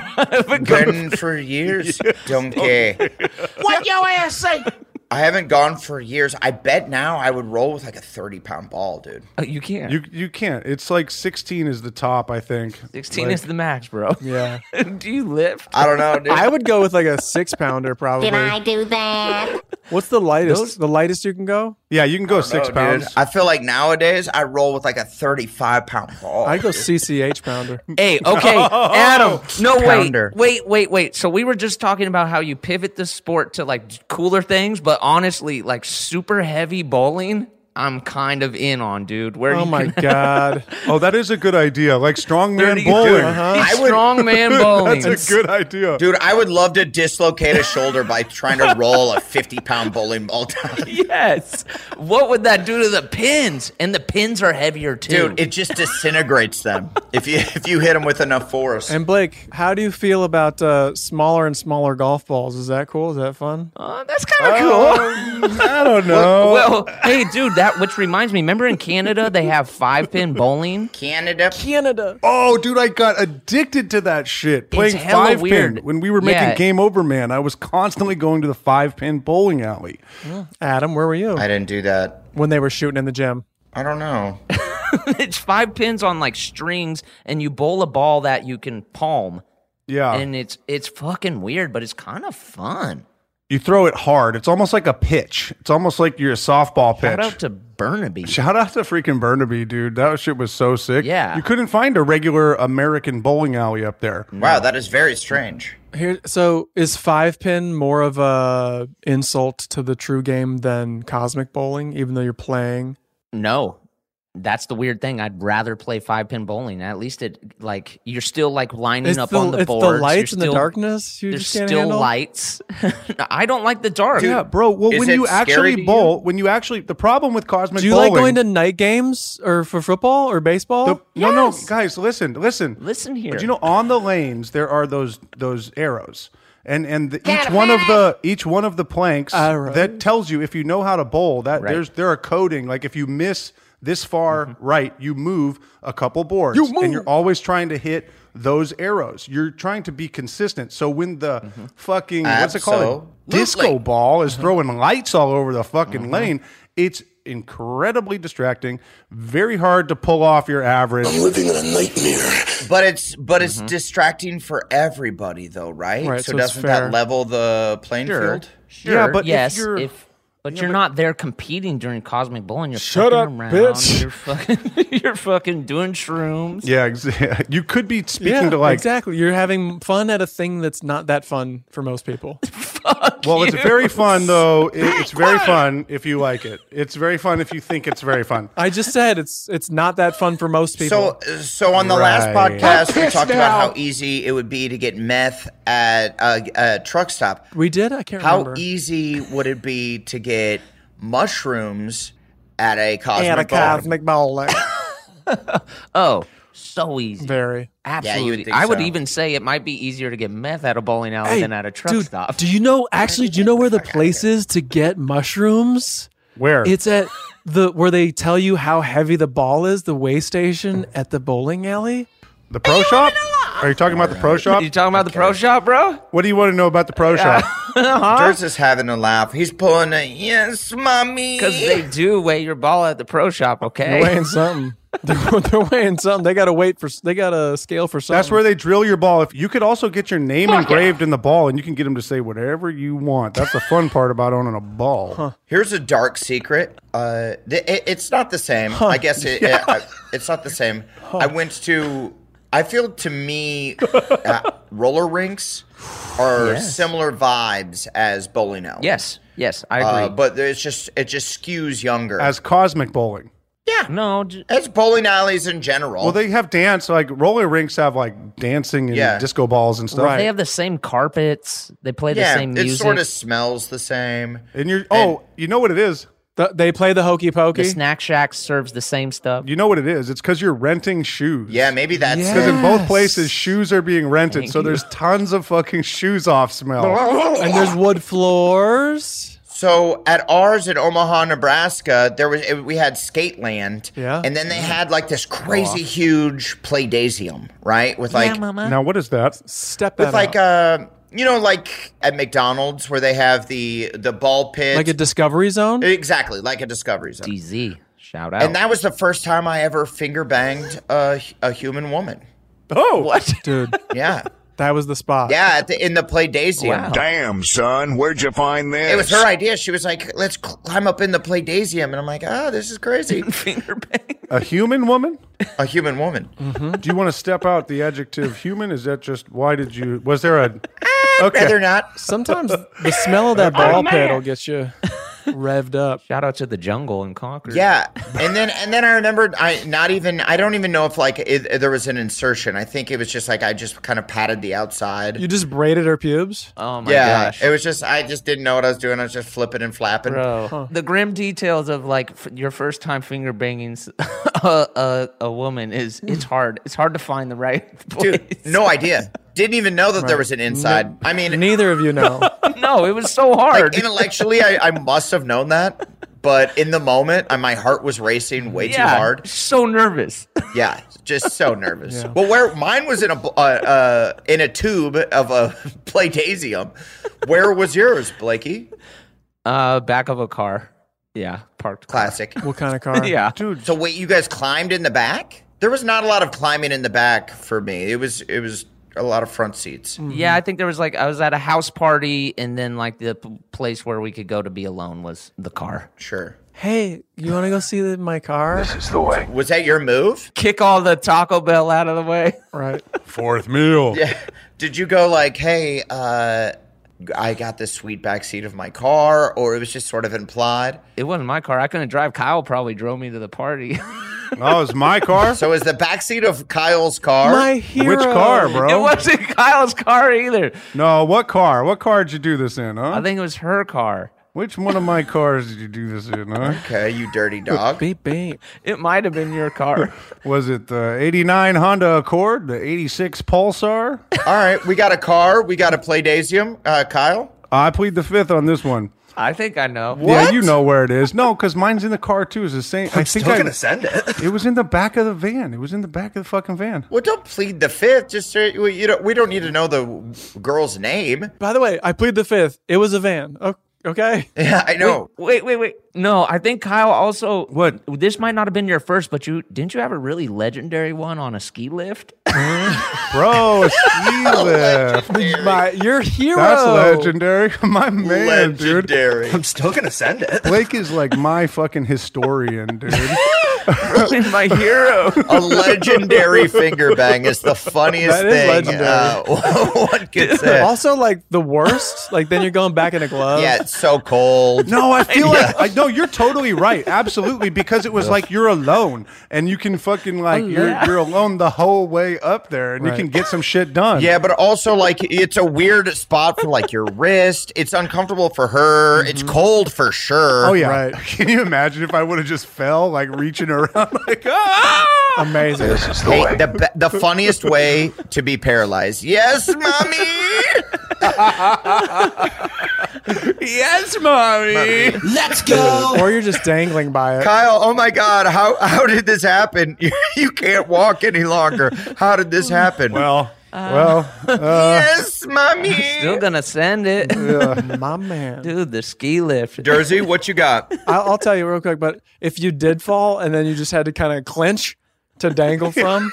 G: gone for years, Oh, donkey.
H: What yo ass say?
G: I haven't gone for years. I bet now I would roll with like a thirty-pound ball, dude.
H: Oh, you can't.
I: You you can't. It's like 16 is the top, I think.
H: 16
I: Like-
H: is the max, bro.
F: Yeah.
H: Do you lift?
G: I don't know,
F: I would go with like a six pounder probably.
H: do that?
F: What's the lightest?
G: Those-
F: the lightest you can go?
I: Yeah, you can go
G: I don't know, dude. I feel like nowadays I roll with like a thirty-five-pound ball.
F: I go CCH pounder.
H: Hey, okay,
I: Oh.
H: Adam. Oh, No, wait,
F: Pounder.
H: wait, wait, wait. So we were just talking about how you pivot the sport to like cooler things, but honestly, like super heavy bowling, I'm kind of in on, dude. Where
I: Oh
H: you
I: my
H: can-
I: god! oh, that is a good idea. Like strongman
H: 30
I: bowling.
H: Uh-huh. Strongman bowling.
I: That's a good idea,
G: Dude, I would love to dislocate a shoulder by trying to roll a 50 pound bowling ball down.
H: yes. What would that do to the pins? And the pins are heavier too.
G: Dude, it just disintegrates them if you if you hit them with enough force.
F: And Blake, how do you feel about uh, smaller and smaller golf balls? Is that cool? Is that fun?
H: Uh, that's kind of
I: Oh.
H: cool.
I: I don't
F: know.
H: Well, well, hey, dude, that which reminds me. Remember in Canada they have five pin bowling.
G: Canada.
F: Canada.
I: Oh, dude, I got addicted to that shit. Playing
H: hella
I: five
H: weird.
I: pin when we were making
H: Yeah.
I: Game Over Man, I was constantly going to the five pin bowling alley.
F: Mm. Adam, where were you? I
G: didn't do that. Oh.
F: When they were shooting in the gym.
G: I don't know.
H: it's five pins on like strings, and you bowl a ball that you can palm.
I: Yeah.
H: and it's it's fucking weird, but it's kind of fun.
I: You throw it hard. It's almost like a pitch. It's almost like you're a softball pitch.
H: Shout out to Burnaby.
I: Shout out to freaking Burnaby, dude. That shit was so sick.
H: Yeah.
I: You couldn't find a regular American bowling alley up there.
H: Mm.
G: Wow, that is very strange.
F: Here, so is five pin more of a insult to the true game than cosmic bowling, even though you're playing?
H: No, that's the weird thing. I'd rather play five pin bowling. At least it like you're still like lining
F: It's
H: Mm, up
F: the-
H: on the
F: it's the
H: boards. You're
F: lights and the
H: still-
F: darkness you
H: There's
F: just can't
H: still
F: handle?
H: lights. I don't like the dark.
I: yeah, bro. Well, when you actually bowl, when you actually, the problem with cosmic
F: Do you
I: bowling,
F: like going to night games or for football or baseball?
I: No, no, guys, listen, listen,
H: listen here.
I: But you know, on the lanes there are those those arrows, and and the, each one of the each one of the planks that tells you if you know how to bowl. That
N: Right.
I: there's there are coding. Like if you miss this far right, you move a couple boards,
N: You
I: and
N: move.
I: you're always trying to hit those arrows. You're trying to be consistent. So when the fucking what's it called
N: Absolutely.
I: disco ball
G: uh-huh.
I: is throwing lights all over the fucking lane, it's incredibly distracting. Very hard to pull off your average. I'm living in a nightmare.
G: But it's but
H: Mm-hmm.
G: it's distracting for everybody though, right?
I: Right,
G: so,
I: so it's
G: doesn't
I: fair.
G: that level the playing field?
H: Sure. yes, if, but you're not there competing during cosmic bowling. You're
I: Shut
H: fucking
I: up,
H: around.
I: bitch.
H: You're fucking, you're fucking doing shrooms.
I: Yeah, exa- you could be speaking
F: Yeah,
I: to like
F: exactly. You're having fun at a thing that's not that fun for most people.
I: Well, it's very fun though. It- it's very fun if you like it. It's very fun if you think it's very fun.
F: I just said it's it's not that fun for most people.
G: So, so on the last
I: Right.
G: podcast, we
F: pissed
G: talked about
F: now.
G: how easy it would be to get meth at a, a truck stop.
F: we did. I can't
G: How
F: remember.
G: easy would it be to get mushrooms at a cosmic?
F: At a
G: Bowl?
F: cosmic bowling.
H: Oh, so easy. Very. Absolutely.
F: Yeah, you would think
H: I would
F: so.
H: even say it might be easier to get meth at a bowling alley
F: Hey,
H: than Oh, at a truck
F: dude,
H: stop.
F: Do you know actually? Do you know where the place is to get mushrooms?
I: Where
F: it's at the where they tell you how heavy the ball is, the weigh station at the bowling alley.
I: The pro shop? Are you talking about the pro shop?
H: You talking about the pro shop, bro?
I: What do you want to know about the pro shop?
G: Durs is having a laugh. He's pulling a yes, mommy.
H: Because they do weigh your ball at the pro shop, okay?
F: They're weighing something. they're, they're weighing something. They got to wait for. They got to scale for something.
I: That's where they drill your ball. If you could also get your name engraved in the ball, and you can get them to say whatever you want. That's the fun part about owning a ball.
G: Here's a dark secret. Uh, th- it, it's not the same. I guess it,
I: Yeah.
G: it- I- it's not the same. I went to. I feel to me, uh, roller rinks are
H: Yes.
G: similar vibes as bowling alleys.
H: Yes, yes, I agree.
G: Uh, but it's just it just skews younger.
I: As cosmic bowling.
G: yeah,
H: no,
G: it's bowling alleys in general.
I: Well, they have dance like roller rinks have like dancing and
G: Yeah.
I: disco balls and stuff.
H: They have the same carpets. They play
G: yeah,
H: the same
G: it
H: music.
G: sort of smells the same.
I: And you're oh, you know what it is?
F: they play the hokey pokey.
H: The snack shack serves the same stuff.
I: You know what it is? It's because you're renting shoes.
G: Yeah, maybe that's
I: Because in both places, shoes are being rented, so
G: Thank you.
I: there's tons of fucking shoes off smell.
G: And
F: there's wood floors.
G: So at ours in Omaha, Nebraska, there was it, we had skate land. Yeah. And then they had like this crazy huge playdaisium, right? With like
I: now what is that?
F: Step
G: with like uh you know like at McDonald's where they have the the ball pit.
F: Like a discovery zone.
G: Exactly, like a discovery zone.
H: DZ. Shout out.
G: And that was the first time I ever finger banged a, a human woman.
I: Oh,
G: what?
F: Dude,
G: Yeah.
F: that was the spot.
G: Yeah, at the, in the Playdaisium.
P: Damn, son, where'd you find this?
G: It was her idea. She was like, "Let's cl- climb up in the Playdaisium," and I'm like, "Ah, this is crazy."
I: A human woman? Mm-hmm.
G: A human woman.
I: Do you want to step out the adjective human? Is that just why did you? Was there a? Okay.
G: Rather Ah, not.
F: Sometimes the smell of that ball pit will get you revved up.
H: Shout out to the jungle in Concord.
G: Yeah, and then and then I remembered. I not even. I don't even know if like it, there was an insertion. I think it was just like I just kind of patted the outside.
F: You just braided her pubes.
H: Oh
G: yeah, it was just I just didn't know what I was doing. I was just flipping and flapping.
H: Bro, the grim details of like f- your first time finger banging s- a, a, a woman is it's hard. It's hard to find the right place.
G: Dude, no idea. Didn't even know that there was an inside. I mean,
F: neither of you know.
H: no, it was so hard.
G: Like, intellectually, I, I must have known that, but in the moment, I, my heart was racing way too
H: Yeah,
G: hard.
H: So nervous.
G: Yeah, just so nervous.
H: Yeah.
G: Well, where mine was in a uh, uh, in a tube of a playtasium. Where was yours, Blakey?
H: Uh, back of a car. Yeah, parked.
G: Classic.
F: What kind of car?
H: Yeah.
I: dude.
G: So wait, you guys climbed in the back? There was not a lot of climbing in the back for me. It was it was a lot of front seats.
F: Mm-hmm.
H: Yeah, I think there was like I was at a house party, and then like the p- place where we could go to be alone was the car.
G: Sure.
F: Hey, you want to go see the, my car? This
G: is the way. Was that your move?
H: Kick all the Taco Bell out of the way.
F: Right.
I: Fourth meal.
G: Yeah. Did you go like, hey, uh, I got this sweet back seat of my car, or it was just sort of implied?
H: It wasn't my car. I couldn't drive. Kyle probably drove me to the party.
I: Oh, it's my car.
G: So is the back seat of Kyle's car?
F: My
I: Which car, bro?
H: It wasn't Kyle's car either.
I: No, what car? What car did you do this in? Huh?
H: I think it was her car.
I: Which one of my cars did you do this in? Huh?
G: Okay, you dirty dog.
F: beep beep.
H: It might have been your car.
I: Was it the '89 Honda Accord, the '86 Pulsar?
G: All right, we got a car. We got a Playdasium. Uh, Kyle?
I: I plead the fifth on this one.
H: I think I know.
I: Yeah, you know where it is. No, because mine's in the car too. Is the same. i think
P: still
I: I-
P: gonna send it.
I: It was in the back of the van. It was in the back of the fucking van.
G: Well, don't plead the fifth. Just uh, we- you don't, we don't need to know the girl's name.
F: By the way, I plead the fifth. It was a van. O- okay.
G: Yeah, I know.
H: Wait, wait, wait. No, I think Kyle also. What? This might not have been your first, but you didn't you have a really legendary one on a ski lift? Oh,
I: Bro, a ski lift.
F: My, your hero.
I: That's legendary. My man, dude.
G: Legendary.
P: I'm still gonna send it.
I: Blake is like my fucking historian, dude.
H: my hero.
G: A legendary finger bang is the funniest
F: That is
G: thing
F: legendary.
G: uh, one could say.
F: also, like the worst. Like then you're going back in a glove.
G: Yeah, it's so cold.
I: No, I feel like I, no. You're totally right. Absolutely, because it was like you're alone and you can fucking like you're
G: Alone.
I: you're alone the whole way up there and you can get some shit done.
G: Yeah, but also like it's a weird spot for like your wrist. It's uncomfortable for her. It's cold for sure.
I: Mm-hmm. Oh yeah. Can you imagine if I would have just fell like reaching around like ah?
F: Amazing.
I: This is
G: Hey, the, be- the funniest way to be paralyzed. Yes, mommy.
F: yes, mommy.
G: Let's go.
F: Or you're just dangling by it.
G: Kyle, oh my God, how how did this happen? You, you can't walk any longer. How did this happen?
I: Well,
H: well, uh,
G: yes, mommy.
H: Still gonna send it.
F: My man.
H: Dude, the ski lift.
G: Jersey, what you got?
F: I'll, I'll tell you real quick, but if you did fall and then you just had to kind of clench to dangle from,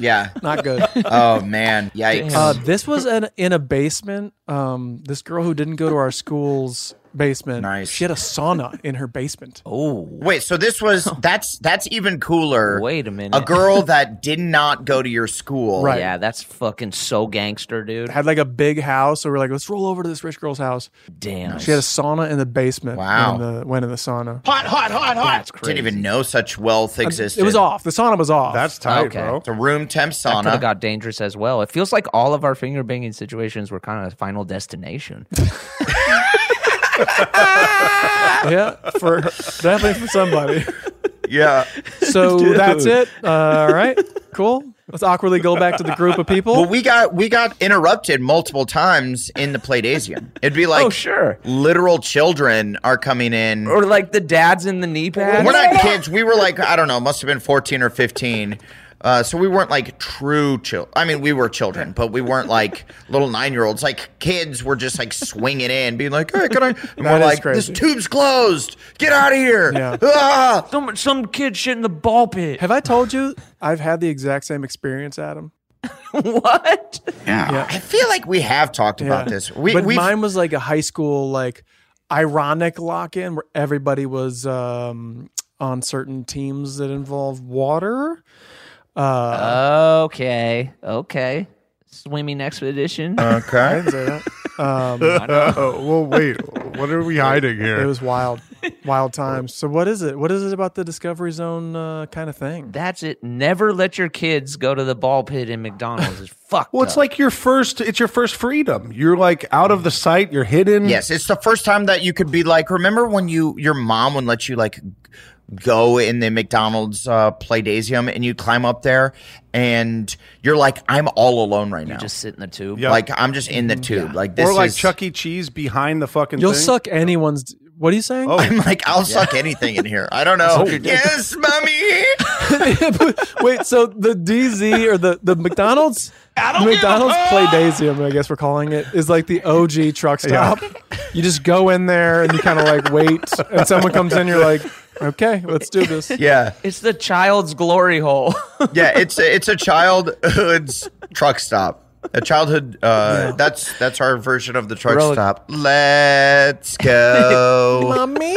G: Yeah.
F: not good.
G: Oh man, yikes.
F: Uh, this was an, in a basement. Um, this girl who didn't go to our school's basement. Nice. She had a sauna in her basement.
H: Oh,
G: Wait, so this was that's that's even cooler.
H: Wait a minute.
G: A girl that did not go to your school.
F: Right.
H: Yeah, that's fucking so gangster, dude.
F: had like a big house, so we're like, let's roll over to this rich girl's house.
H: Damn.
F: She had a sauna in the basement.
G: Wow.
F: Went in the, went in the sauna.
G: Hot, hot, hot, hot. Didn't even know such wealth existed.
F: It was off. The sauna was off.
I: That's
F: Oh.
G: It's a room temp
H: That could
G: sauna.
H: have got dangerous as well. It feels like all of our finger banging situations were kind of a final destination.
F: yeah, for definitely for somebody.
G: yeah.
F: So
G: Dude.
F: that's it. Uh, all right, cool. Let's awkwardly go back to the group of people.
G: Well, we got we got interrupted multiple times in the Playtasium. It'd be like, oh sure, literal children are coming in.
H: or like the dads in the knee pads.
G: We're not kids. We were like, I don't know, must have been 14 or 15. Uh, so we weren't like true children. I mean, we were children, but we weren't like little nine year olds. Like kids were just like swinging in, being like, hey, can I? And
F: That
G: we're
F: is
G: like,
F: crazy.
G: this tube's closed. Get out of here.
F: Yeah.
G: Ah!
H: Some some kid shit in the ball pit.
F: Have I told you I've had the exact same experience, Adam?
H: what?
F: Yeah.
G: I feel like we have talked about
F: Yeah.
G: this. We,
F: but
G: we've,
F: mine was like a high school like ironic lock in where everybody was um, on certain teams that involve water. Uh,
H: Okay, okay. Swimming expedition.
F: I
G: Okay.
F: didn't say that. Um,
I: well, wait. What are we hiding here?
F: It was wild, wild times. So what is it? What is it about the Discovery Zone uh, kind of thing?
H: That's it. Never let your kids go to the ball pit in McDonald's. It's fucked.
I: Well, it's
H: up.
I: like your first. It's your first freedom. You're like out of the sight. You're hidden.
G: Yes, it's the first time that you could be like, remember when you your mom would let you like go in the McDonald's uh, Playdasium and you climb up there and you're like, I'm all alone right now.
H: just sit in the tube. Mm-hmm.
I: Yeah.
G: Like I'm just in the tube. Like this
I: or like
G: is,
I: Chuck E. Cheese behind the fucking.
F: You'll
I: thing. Oh.
F: suck anyone's. d- What are you saying?
G: I'm like, I'll suck anything in here. I don't
H: Oh,
G: know. yes, mommy.
F: Wait, so the DZ or the the McDonald's McDonald's Playdasium, I guess we're calling it, is like the OG truck
I: Yeah.
F: stop. You just go in there and you kind of like wait, and someone comes in. You're like, okay, let's do this.
G: Yeah,
H: It's the child's glory hole.
G: yeah. It's a, it's a childhood's truck stop. A childhood. Uh, That's that's our version of the truck
H: Road.
G: stop. Let's go.
F: Mommy.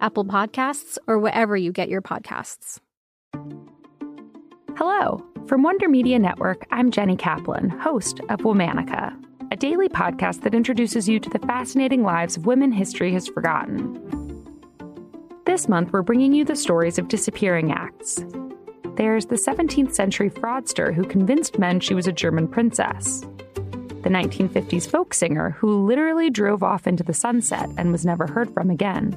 L: Apple Podcasts, or wherever you get your podcasts.
O: Hello. From Wonder Media Network, I'm Jenny Kaplan, host of Womanica, a daily podcast that introduces you to the fascinating lives women history has forgotten. This month, we're bringing you the stories of disappearing acts. There's the 17th century fraudster who convinced men she was a German princess, the 1950s folk singer who literally drove off into the sunset and was never heard from again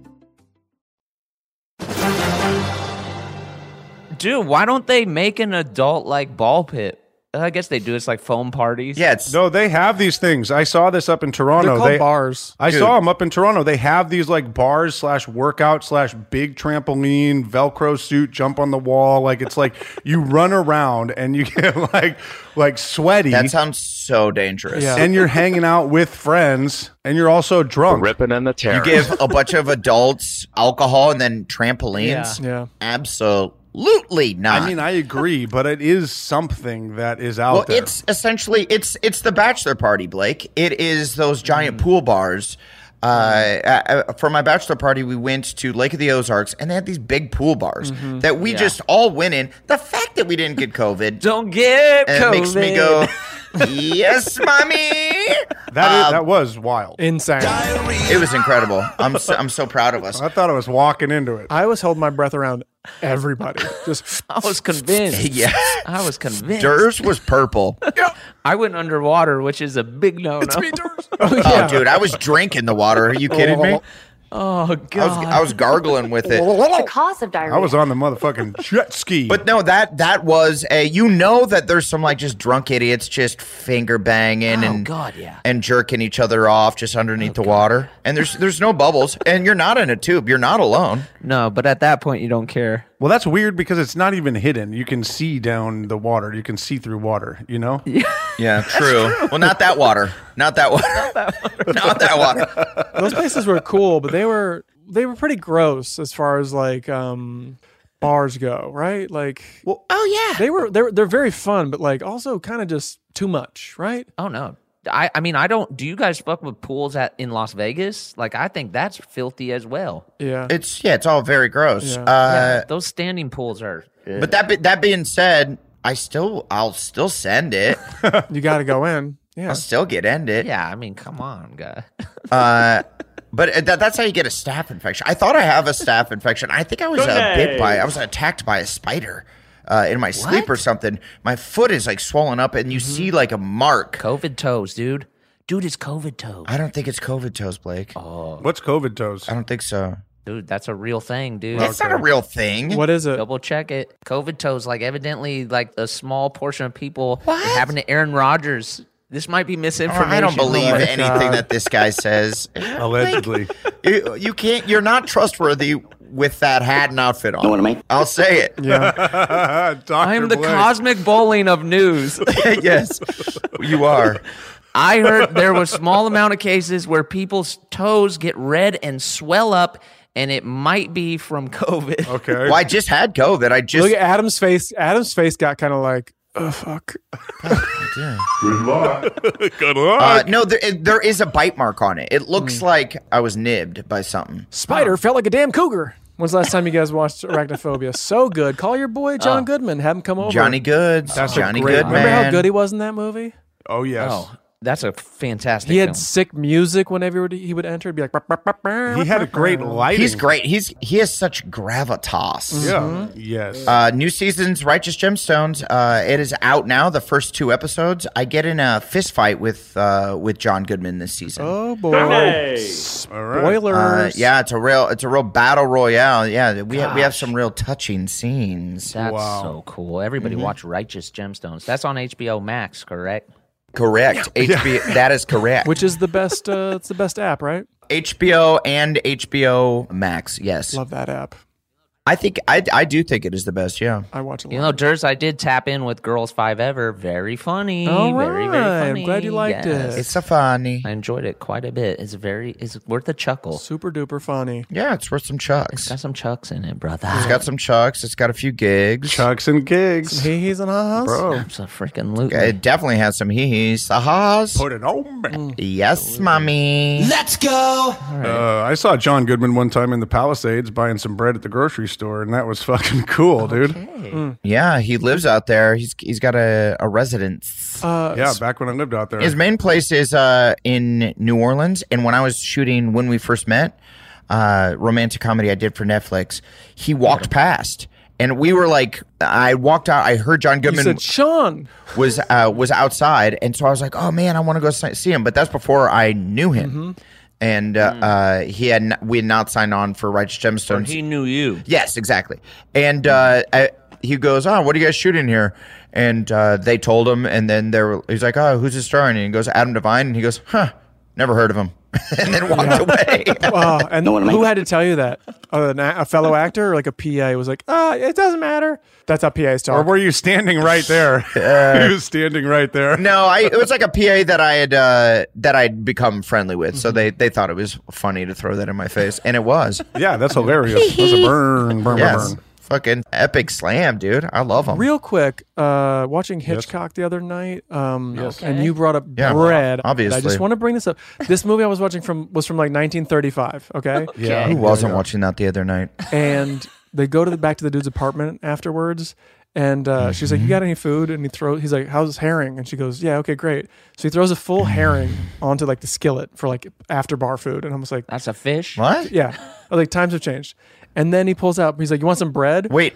H: Dude, why don't they make an adult like ball pit? I guess they do. It's like foam parties.
G: Yeah, it's
I: No, they have these things. I saw this up in Toronto.
H: They're called
I: They-
H: bars.
I: I
H: Dude.
I: saw them up in Toronto. They have these like bars slash workout slash big trampoline Velcro suit jump on the wall. Like it's like you run around and you get like like sweaty.
G: That sounds so dangerous.
I: And you're hanging out with friends and you're also drunk.
C: ripping in the
G: you give a bunch of adults alcohol and then trampolines.
I: Yeah. Yeah.
G: Absolutely not.
I: I mean, I agree, but it is something that is out
G: well,
I: there.
G: it's essentially it's it's the bachelor party, Blake. It is those giant
I: Mm.
G: pool bars. Uh, uh, for my bachelor party, we went to Lake of the Ozarks, and they had these big pool bars
I: Mm-hmm.
H: Mhm.
G: that we
H: Yeah.
G: just all went in. The fact that we didn't get COVID,
H: don't get
G: it makes me go, yes, mommy.
I: That is-
G: Um,
I: that was wild.
A: Insane.
G: It was incredible. I'm so, I'm so proud of us.
I: I thought I was walking into it.
A: I always held my breath around everybody. Just
H: I was convinced.
G: Yeah.
H: I was convinced.
G: Durs was purple.
H: I went underwater, which is a big no no.
G: Oh, dude, I was drinking the water. Are you kidding me?
H: Oh god.
G: I was, I was gargling with it.
O: the cause of diarrhea.
I: I was on the motherfucking jet ski.
G: But no, that that was a you know that there's some like just drunk idiots just finger banging and
H: Oh, God, yeah. Oh,
G: and jerking each other off just underneath the water. And there's there's no bubbles and you're not in a tube. You're not alone.
H: No, but at that point you don't care.
I: Well, that's weird because it's not even hidden. You can see down the water. You can see through water. You know.
G: Yeah, true. well, not that water. Not that water. not that water.
A: those places were cool, but they were they were pretty gross as far as like um bars go, right? Like
G: well, oh yeah.
A: They were they're they're very fun, but like also kind of just too much, right?
H: Oh no. I, I mean I don't do you guys fuck with pools at in Las Vegas? Like I think that's filthy as well.
A: Yeah.
G: It's yeah, it's all very gross.
H: Yeah.
G: Uh
H: Those standing pools are
G: but that be- that being said, I still I'll still send it.
A: you got to go in. Yeah.
G: I'll still get ended.
H: Yeah, I mean, come on, guy.
G: Uh, But uh, that, that's how you get a staph infection. I thought I have a staph infection. I think I was uh, bit by, I was attacked by a spider uh, in my sleep or something. My foot is like swollen up, and you see like a mark.
H: Mm-hmm. COVID toes, dude. Dude, it's COVID toes.
G: I don't think it's COVID toes, Blake. Oh,
I: what's COVID toes?
G: I don't think so.
H: Dude, that's a real thing, dude.
G: That's not a real thing.
F: What is it?
H: Double check it. COVID toes, like evidently, like a small portion of people. What happened to Aaron Rodgers? This might be misinformation.
G: I don't believe
H: Oh my
G: anything
H: God.
G: that this guy says.
I: uh, Allegedly.
G: you, you can't. You're not trustworthy with that hat and outfit on. Know what I mean? I'll say it.
I: Yeah.
H: I am the cosmic bowling of news.
G: yes, you are.
H: I heard there was small amount of cases where people's toes get red and swell up, and it might be from COVID.
I: Okay.
G: Well, I just had COVID. I just
F: Look at Adam's face. Adam's face got kind of like, oh fuck.
G: Good luck.
I: Good Hmm.
G: Uh, no, there, it- there is a bite mark on it. It looks like I was nibbed by something.
F: Spider felt like a damn cougar. When's the last time you guys watched Arachnophobia? So good. Call your boy John
G: Oh.
F: Goodman. Have him come over.
G: Johnny Goods.
F: That's a
G: Johnny
F: great-
G: Goodman.
F: Remember how good he was in that movie?
I: Oh yes.
H: Oh, that's a fantastic.
F: He
H: film.
F: had sick music whenever he would enter. It'd be like, "Bah, bah, bah, bah, bah, bah."
G: He's great. He's he has such gravitas.
I: Yeah. Mhm. Yes.
G: Uh, new season's Righteous Gemstones. Uh, it is out now. The first two episodes. I get in a fist fight with uh, with John Goodman this season.
F: Oh boy. Spoilers.
G: Uh, yeah, it's a real it's a real battle royale. Yeah, we have, we have some real touching scenes. Mm-hmm.
H: That's so cool. Everybody watch Righteous Gemstones. That's on HBO Max, correct?
G: Correct. HBO. that is correct.
F: Which is the best? Uh, it's the best app, right?
G: HBO and HBO Max. Yes,
F: love that app.
G: I think I I do think it is the best. Yeah.
F: I watch a lot.
H: You know, Durs, I did tap in with Girls Five Ever. Very funny.
F: All
H: Very, very
F: right. I'm
H: funny.
F: glad you liked it.
G: It's a funny.
H: I enjoyed it quite a bit. It's very, it's worth a chuckle.
F: Super duper funny.
G: Yeah, it's worth some chucks. It's
H: got some chucks in it, brother.
G: It's got some chucks. It's got a few gigs.
I: Chucks and gigs.
F: Some hee-hees and ha-has.
H: Snaps a freaking loot.
G: It definitely has some hee hees. Ahas. Put
I: it on
H: Mm.
I: me.
G: Yes, mommy. Let's go.
I: Uh, I saw John Goodman one time in the Palisades buying some bread at the grocery store, and that was fucking cool, dude.
F: Mm.
G: Yeah, he lives out there. He's he's got a, a residence.
F: Uh,
I: yeah, back when I lived out there.
G: His main place is uh, in New Orleans. And when I was shooting when we first met, uh, romantic comedy I did for Netflix, he walked past. And we were like, I walked out. I heard John
F: You
G: Goodman
F: said Sean.
G: was uh, was outside, and so I was like, "Oh man, I want to go si- see him." But that's before I knew
F: Mm-hmm.
G: him, and uh, uh, he had n- we had not signed on for Righteous Gemstones.
H: Hmm. He knew you. Hmm.
G: Yes, exactly. And uh, I, he goes, "Oh, what are you guys shooting here?" And uh, they told him, and then they were, he's like, "Oh, who's it starring?" And he goes, "Adam Devine," and he goes, "Huh, never heard of him." and then walked away.
F: Uh, and who had to tell you that? Uh, an a, a fellow actor, or like a PA, was like, "Ah, it doesn't matter." That's how PAs talk.
I: Or were you standing right there? he was standing right there.
G: Uh, No, I, it was like a PA that I had uh, that I'd become friendly with,
I: Mm-hmm.
G: so they they thought it was funny to throw that in my face, and it was.
I: Yeah, that's hilarious. That's a burn, burn, burn,
G: Yes.
I: burn.
G: Fucking epic slam, dude. I love him.
F: Real quick, uh, watching Hitchcock the other night, um, and you brought up
G: Yeah,
F: bread. and I
G: obviously.
F: just want to bring this up. This movie I was watching from was from like 1935. Okay,
G: Yeah. Who wasn't watching that the other night?
F: and they go to the back to the dude's apartment afterwards and uh, she's like
G: Mm-hmm.
F: you got any food and he throws he's like how's herring and she goes yeah okay great so he throws a full herring onto like the skillet for like after bar food and i'm just like
H: that's a fish
G: What?
F: yeah I was like times have changed and then he pulls out he's like you want some bread
G: wait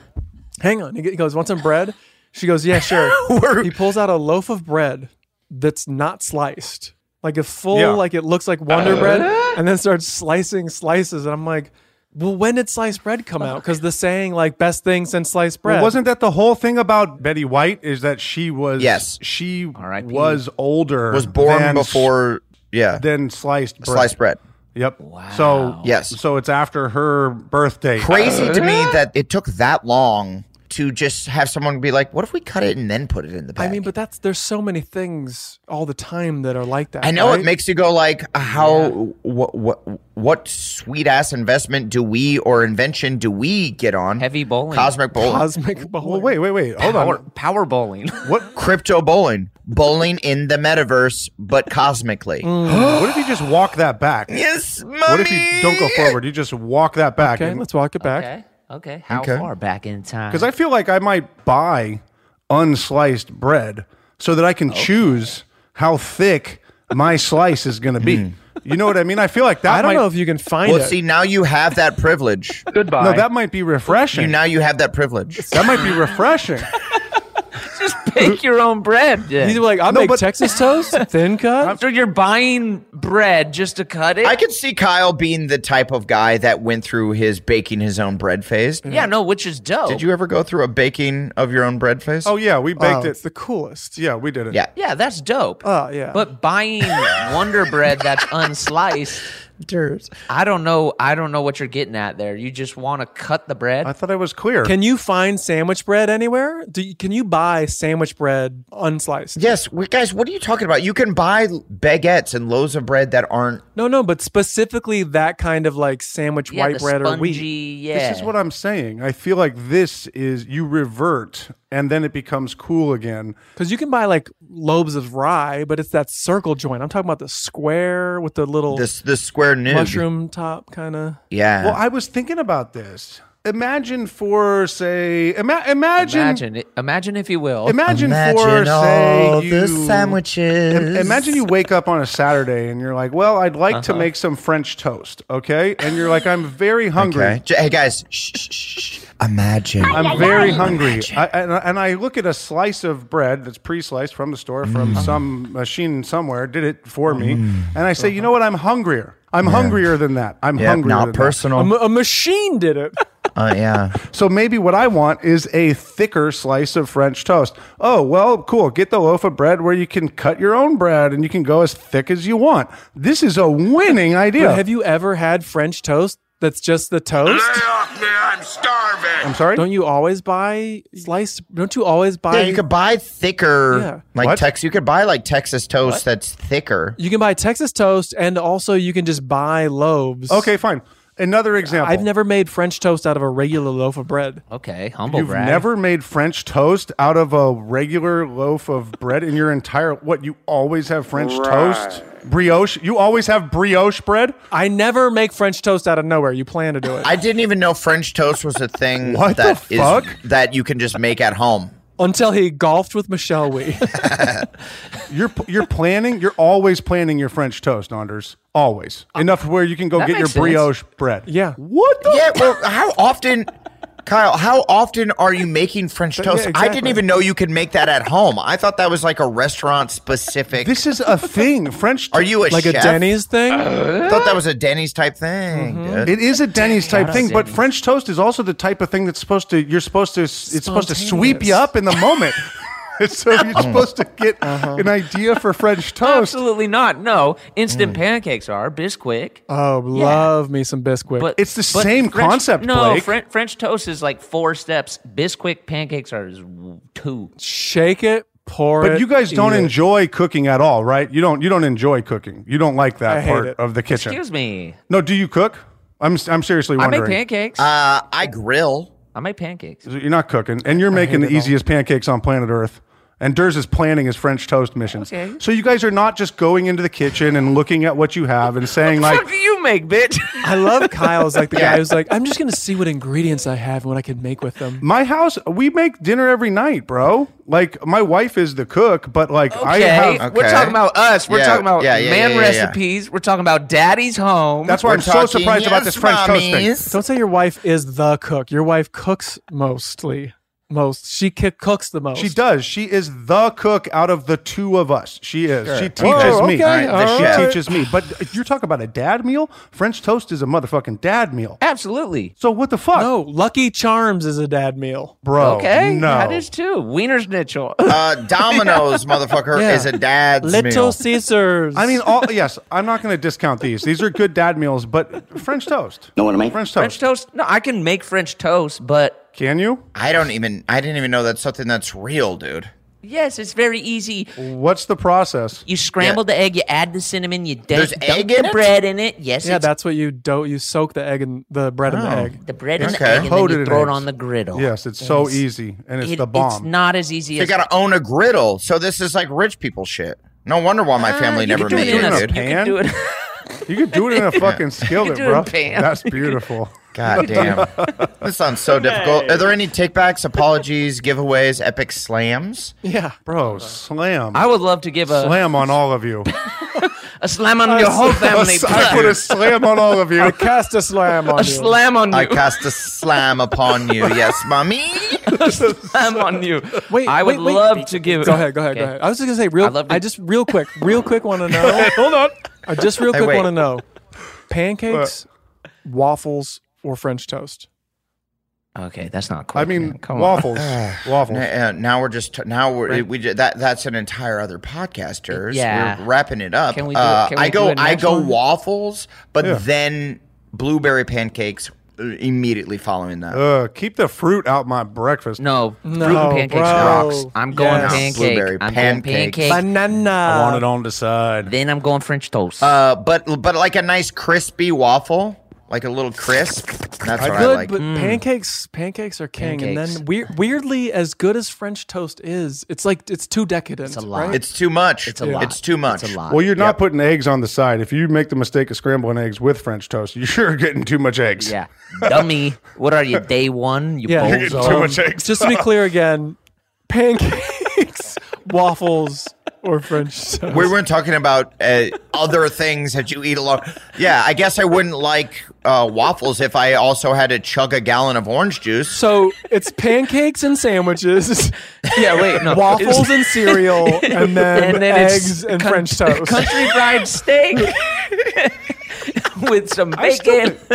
F: hang on he g- he goes want some bread she goes yeah sure he pulls out a loaf of bread that's not sliced like a full
I: Yeah.
F: like it looks like wonder bread
G: Uh-huh.
F: and then starts slicing slices and i'm like well, when did sliced bread come out? Because the saying, like, best thing since sliced bread.
I: Well, wasn't that the whole thing about Betty White? Is that she was
G: Yes.
I: she was older
G: Was born
I: than s-
G: before, yeah,
I: than sliced bread.
G: sliced bread.
I: Yep. Wow. So
G: Yes.
I: So it's after her birthday.
G: Crazy to me that it took that long to just have someone be like, "What if we cut it and then put it in the bag?"
F: I mean, but that's there's so many things all the time that are like that.
G: I know
F: right?
G: it makes you go like, uh, "How? What? What? What sweet ass investment do we or invention do we get on? Heavy
H: bowling,
G: cosmic bowling,
F: cosmic bowling.
I: Well, wait, wait, wait. Hold
G: Power-
I: on.
H: Power bowling.
I: What
G: crypto bowling? Bowling in the metaverse, but cosmically.
I: Mm. what if you just walk that back?
G: Yes,
I: What if you don't go forward? You just walk that back.
F: Okay, let's walk it back.
H: Okay. Okay. How
I: Okay.
H: far back in time?
I: Because I feel like I might buy unsliced
H: Hmm.
I: bread so that I can choose how thick my slice is going to be. You know what I mean? I feel like that.
F: I don't
I: might-
F: know if you can find
G: well,
F: it.
G: see, now you have that privilege.
I: Goodbye. No, that might be refreshing.
G: You, now you have that privilege.
I: That might be refreshing.
H: Bake your own bread. Yeah.
F: He's like, I
H: No,
F: make
H: but-
F: Texas toast, thin cut.
H: After you're buying bread just to cut it.
G: I could see Kyle being the type of guy that went through his baking his own bread phase.
I: Mm-hmm.
H: Yeah, no, which is dope.
G: Did you ever go through a baking of your own bread phase?
I: Oh yeah, we baked it.
F: the coolest.
I: Yeah, we did it.
G: Yeah.
H: Yeah, that's dope.
F: Oh yeah.
H: But buying Wonder Bread that's unsliced,
F: Dirt.
H: I don't know. I don't know what you're getting at there. You just want to cut the bread. I
I: thought I was clear.
F: Can you find sandwich bread anywhere? Do you, can you buy sandwich bread unsliced?
G: Yes, we, guys. What are you talking about? You can buy baguettes and loaves of bread that aren't.
F: No, no, but specifically that kind of like sandwich
H: Yeah,
F: white
H: the
F: bread or wheat.
H: spongy-
I: This is what I'm saying. I feel like this is you revert and then it becomes cool again.
F: Because you can buy like loaves of rye, but it's that circle joint. I'm talking about the square with the little
G: This the square noob.
F: mushroom top kind of.
G: Yeah.
I: Well, I was thinking about this. Imagine for say ima- imagine
H: Imagine, it- imagine if you will.
I: Imagine, for say you,
G: sandwiches.
I: Im- imagine you wake up on a Saturday and you're like, "Well, I'd like to make some French toast." Okay, and you're like, "I'm very hungry."
G: Okay. J- Hey guys, shh, shh, shh. imagine.
I: I'm very hungry. I, and, I- and I look at a slice of bread that's pre-sliced from the store
G: Mm.
I: from some machine somewhere did it for me, and I say, "You know what? I'm hungrier. I'm hungrier than that. I'm
G: Yeah,
I: hungrier."
G: not
I: than that."
G: personal.
F: A, ma- a machine did it.
G: Uh, yeah.
I: So maybe what I want is a thicker slice of French toast. Oh, well, cool. Get the loaf of bread where you can cut your own bread and you can go as thick as you want. This is a winning idea.
F: But have you ever had French toast that's just the toast?
Q: I'm starving.
I: I'm sorry?
F: Don't you always buy sliced? Don't you always buy?
G: Yeah, you could buy thicker,
F: Yeah.
G: like
F: What?
G: Tex. You could buy like Texas toast that's thicker.
F: You can buy Texas toast, and also you can just buy loaves.
I: okay, fine. Another example.
F: I've never made French toast out of a regular loaf of bread.
H: Okay, humble
I: You've
H: brag.
I: never made French toast out of a regular loaf of bread in your entire what you always have French toast? Brioche? You always have brioche bread?
F: I never make French toast out of nowhere. You plan to do it
G: I didn't even know French toast was a thing
I: What the
G: that is-
I: fuck?
G: that you can just make at home.
F: until he golfed with Michelle Wee.
I: You're you're planning, you're always planning your French toast, Anders. Always.
F: Uh,
I: Enough where you can go
H: That
I: get your
H: makes sense.
I: brioche bread.
F: yeah.
I: What the
G: Yeah, well, how often, Kyle? How often are you making French
F: yeah,
G: toast? I didn't
F: exactly.
G: even know you could make that at home. I thought that was like a restaurant specific.
I: This is a thing. French.
G: Are you a
F: like
G: chef?
F: a Denny's thing.
H: Uh,
G: I thought that was a Denny's type thing. dude.
I: Mm-hmm. It is a Denny's type
H: Denny's.
I: thing, but French toast is also the type of thing that's supposed to. You're supposed to. It's supposed to sweep you
F: Spontaneous.
I: up in the moment. so you're supposed to get
F: Uh-huh.
I: an idea for French toast. Mm.
H: Absolutely not. No, instant pancakes are Bisquick.
F: Oh, love me some Bisquick.
H: But
I: It's the
H: but
I: same
H: French-
I: concept,
H: No,
I: Blake.
H: Fren- French toast is like four steps. Bisquick pancakes are is two.
F: Shake it, pour it.
I: But you guys don't
F: eat it.
I: enjoy cooking at all, right? You don't. You don't enjoy cooking. You don't like that
F: I hate
I: part
F: it.
I: of the kitchen.
H: Excuse me.
I: No, do you cook? I'm. I'm seriously
H: I
I: wondering.
H: make pancakes.
G: Uh, I grill.
H: I make pancakes.
I: You're not cooking, and you're making the easiest pancakes on planet Earth. And Durs is planning his French toast missions.
H: Okay.
I: So you guys are not just going into the kitchen and looking at what you have and saying like,
H: Fuck do you make, bitch?
F: I love Kyle's like the guy who's like, I'm just gonna see what ingredients I have and what I can make with them.
I: My house, we make dinner every night, bro. Like my wife is the cook, but like I
H: Okay.
I: have.
H: We're
G: Okay.
H: talking about us. We're
G: Yeah,
H: talking about
G: yeah, yeah,
H: man
G: yeah, yeah, yeah.
H: recipes. We're talking about daddy's home.
I: That's why I'm so
G: talking
I: surprised
G: yes,
I: about this French toast thing.
G: mommies.
F: Don't say your wife is the cook. Your wife cooks mostly. Most she ki- cooks the most.
I: She does. She is the cook out of the two of us. She is. She teaches
F: Whoa,
I: me.
F: Oh, okay, All right, the
I: she
F: chef.
I: teaches me. But uh, you're talking about a dad meal. French toast is a motherfucking dad meal.
H: Absolutely.
I: So what the fuck,
F: No, Lucky Charms is a dad meal.
I: bro?
H: okay.
I: no.
H: That is too. Wiener's Schnitzel.
G: Uh, Domino's, motherfucker,
F: Yeah.
G: is a dad's
F: Little
G: meal.
F: Caesars.
I: I mean, all, yes, I'm not going to discount these. These are good dad meals, but French toast. Know what I mean? French toast.
H: French toast? No, I can make French toast, but
I: Can you?
G: I don't even. I didn't even know that's something that's real, dude.
H: yes, it's very easy.
I: What's the process?
H: You scramble the egg, you add the cinnamon, you dunk,
G: There's
H: dunk
G: egg in
H: the
G: it?
H: bread in it. Yes,
F: yeah,
H: it's
F: that's what you do. You soak the egg and the bread and the
G: Oh.
F: egg.
H: the bread and the
G: Okay.
H: egg, and then
I: Coated
H: you
I: in
H: throw it
I: eggs.
H: on the griddle.
I: Yes, it's so easy, and it's
H: It-
I: the bomb.
H: It's not as easy
G: You
H: as
G: gotta own a griddle. So this is like rich people shit. No wonder why my family
H: You
G: never
H: could do
G: made
H: it in
I: it.
H: a-
G: it,
H: You
G: dude.
I: pan.
H: can do it.
I: You could do it in a fucking skillet,
H: do it in
I: bro.
H: pan.
I: That's beautiful.
G: God damn. this sounds so difficult. Are there any takebacks, apologies, giveaways, epic slams?
F: Yeah.
I: Bro, slam.
H: I would love to give Uh, a
I: slam on all of you.
H: a A slam on your whole family.
I: I put a slam on all of you.
F: I cast a slam on
H: A
F: you.
H: slam on you.
G: I cast a slam upon you. Yes, mommy.
H: slam on you.
F: Wait,
H: I would
F: wait, wait.
H: love to give.
F: Go ahead, go ahead, go ahead. I was just gonna say real.
H: I
F: I,
H: love to-
F: just real quick, real quick want to know. Hold on. I just real
G: Hey,
F: quick
G: wait. Uh.
F: want to know: pancakes, waffles, or French toast?
H: Okay, that's not cool.
I: I mean,
H: Come on.
I: waffles. waffles.
G: Now, uh, now we're just now we're
H: Right.
G: we just, that that's an entire other podcaster.
H: Yeah.
G: we're wrapping it up.
H: Can we do-
G: Uh,
H: can we
G: I go
H: do a
G: I
H: next
G: go
H: one?
G: waffles, but
I: Yeah.
G: then blueberry pancakes uh, immediately following that.
I: Ugh, keep the fruit out my breakfast.
H: No,
F: No,
H: fruit and pancakes
F: bro.
H: rocks. I'm going
F: Oh, Yes.
H: pancake.
G: Blueberry
H: I'm going
G: pancakes.
H: pancake.
F: Banana.
I: I want it on the side.
H: Then I'm going French toast.
G: Uh, but but like a nice crispy waffle, like a little crisp. That's what I
F: good,
G: like.
F: but
H: Hmm. Mm.
F: pancakes, pancakes are king. And then weir- weirdly, as good as French toast is, it's like it's too decadent. It's a lot.
G: It's too much.
H: It's a lot.
G: It's too much.
H: It's a lot.
I: Well, you're not putting eggs on the side. If you make the mistake of scrambling eggs with French toast, you're sure getting too much eggs.
H: yeah, dummy. What are you? Day one? You
F: Yeah. You're
I: getting
H: bozo.
I: too much eggs.
F: Just to be clear again, pancakes, waffles, or French toast.
G: We weren't talking about uh, other things that you eat alone. Yeah, I guess I wouldn't like uh, waffles if I also had to chug a gallon of orange juice.
F: So it's pancakes and sandwiches,
H: Yeah, wait, no.
F: waffles and cereal, and then,
H: And then it's
F: eggs and
H: con-
F: French toast.
H: country fried steak with some bacon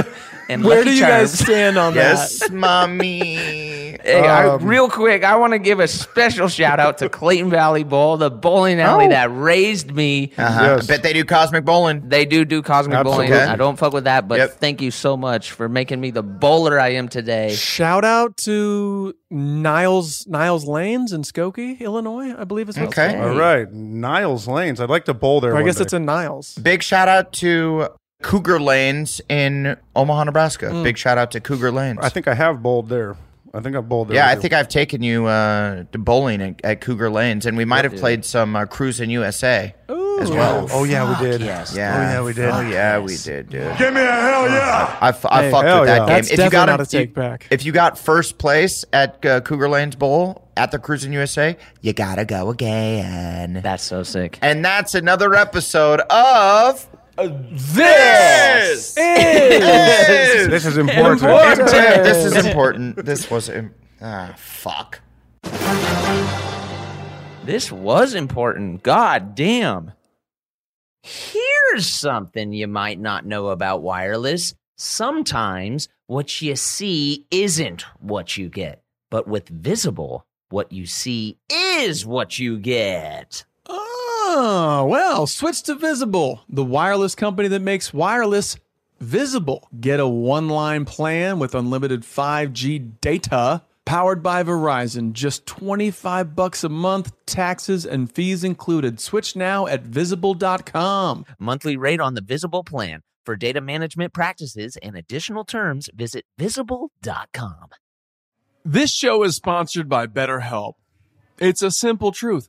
H: and
F: Where
H: Lucky
F: do you guys
H: Charms.
F: stand on that?
G: Yes, mommy.
H: Hey, I,
F: Um,
H: real quick, I want to give a special shout out to Clayton Valley Bowl, the bowling alley that raised me.
G: Oh. Uh-huh.
I: Yes.
G: I bet they do cosmic bowling.
H: They do do cosmic bowling.
G: Absolutely.
H: I don't fuck with that, but
G: Yep.
H: thank you so much for making me the bowler I am today.
F: Shout out to Niles Niles Lanes in Skokie, Illinois, I believe is what
G: Okay.
F: it's called.
I: All right, Niles Lanes. I'd like to bowl there.
F: Or I
I: one
F: guess
I: day.
F: it's in Niles.
G: Big shout out to Cougar Lanes in Omaha, Nebraska.
H: Mm.
G: Big shout out to Cougar Lanes.
I: I think I have bowled there. I think I bowled there.
G: yeah, I
I: too.
G: think I've taken you uh, to bowling at, at Cougar Lanes, and we might have played some uh, Cruise in USA as well.
I: Oh yeah, we did.
G: Yeah.
I: Oh yeah, we did.
G: Oh yeah, we did, dude.
R: Give me a hell yeah!
G: I, f- I
F: Hey,
G: fucked
I: hell
G: with that
I: yeah.
G: game.
F: That's
G: if you got
F: definitely
G: a-
F: not a take
G: you-
F: back.
G: If you got first place at uh, Cougar Lanes Bowl at the Cruising USA, you gotta go again.
H: That's so sick.
G: And that's another episode of
F: This
G: is
I: This is important.
G: this is important. This was Im- ah fuck.
H: This was important. God damn. Here's something you might not know about wireless. Sometimes what you see isn't what you get, but with visible, what you see is what you get.
F: Oh, well, switch to Visible, the wireless company that makes wireless visible. Get a one line plan with unlimited 5G data powered by Verizon. Just 25 bucks a month, taxes and fees included. Switch now at visible.com.
H: Monthly rate on the visible plan. For data management practices and additional terms, visit visible.com.
F: This show is sponsored by BetterHelp. It's a simple truth.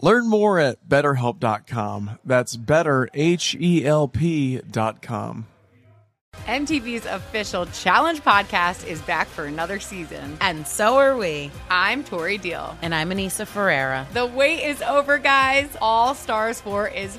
F: Learn more at betterhelp.com. That's better, H E L P.com.
P: MTV's official Challenge podcast is back for another season. And so are we. I'm Tori Deal.
A: And I'm Anissa Ferreira.
P: The wait is over, guys. All Stars 4 is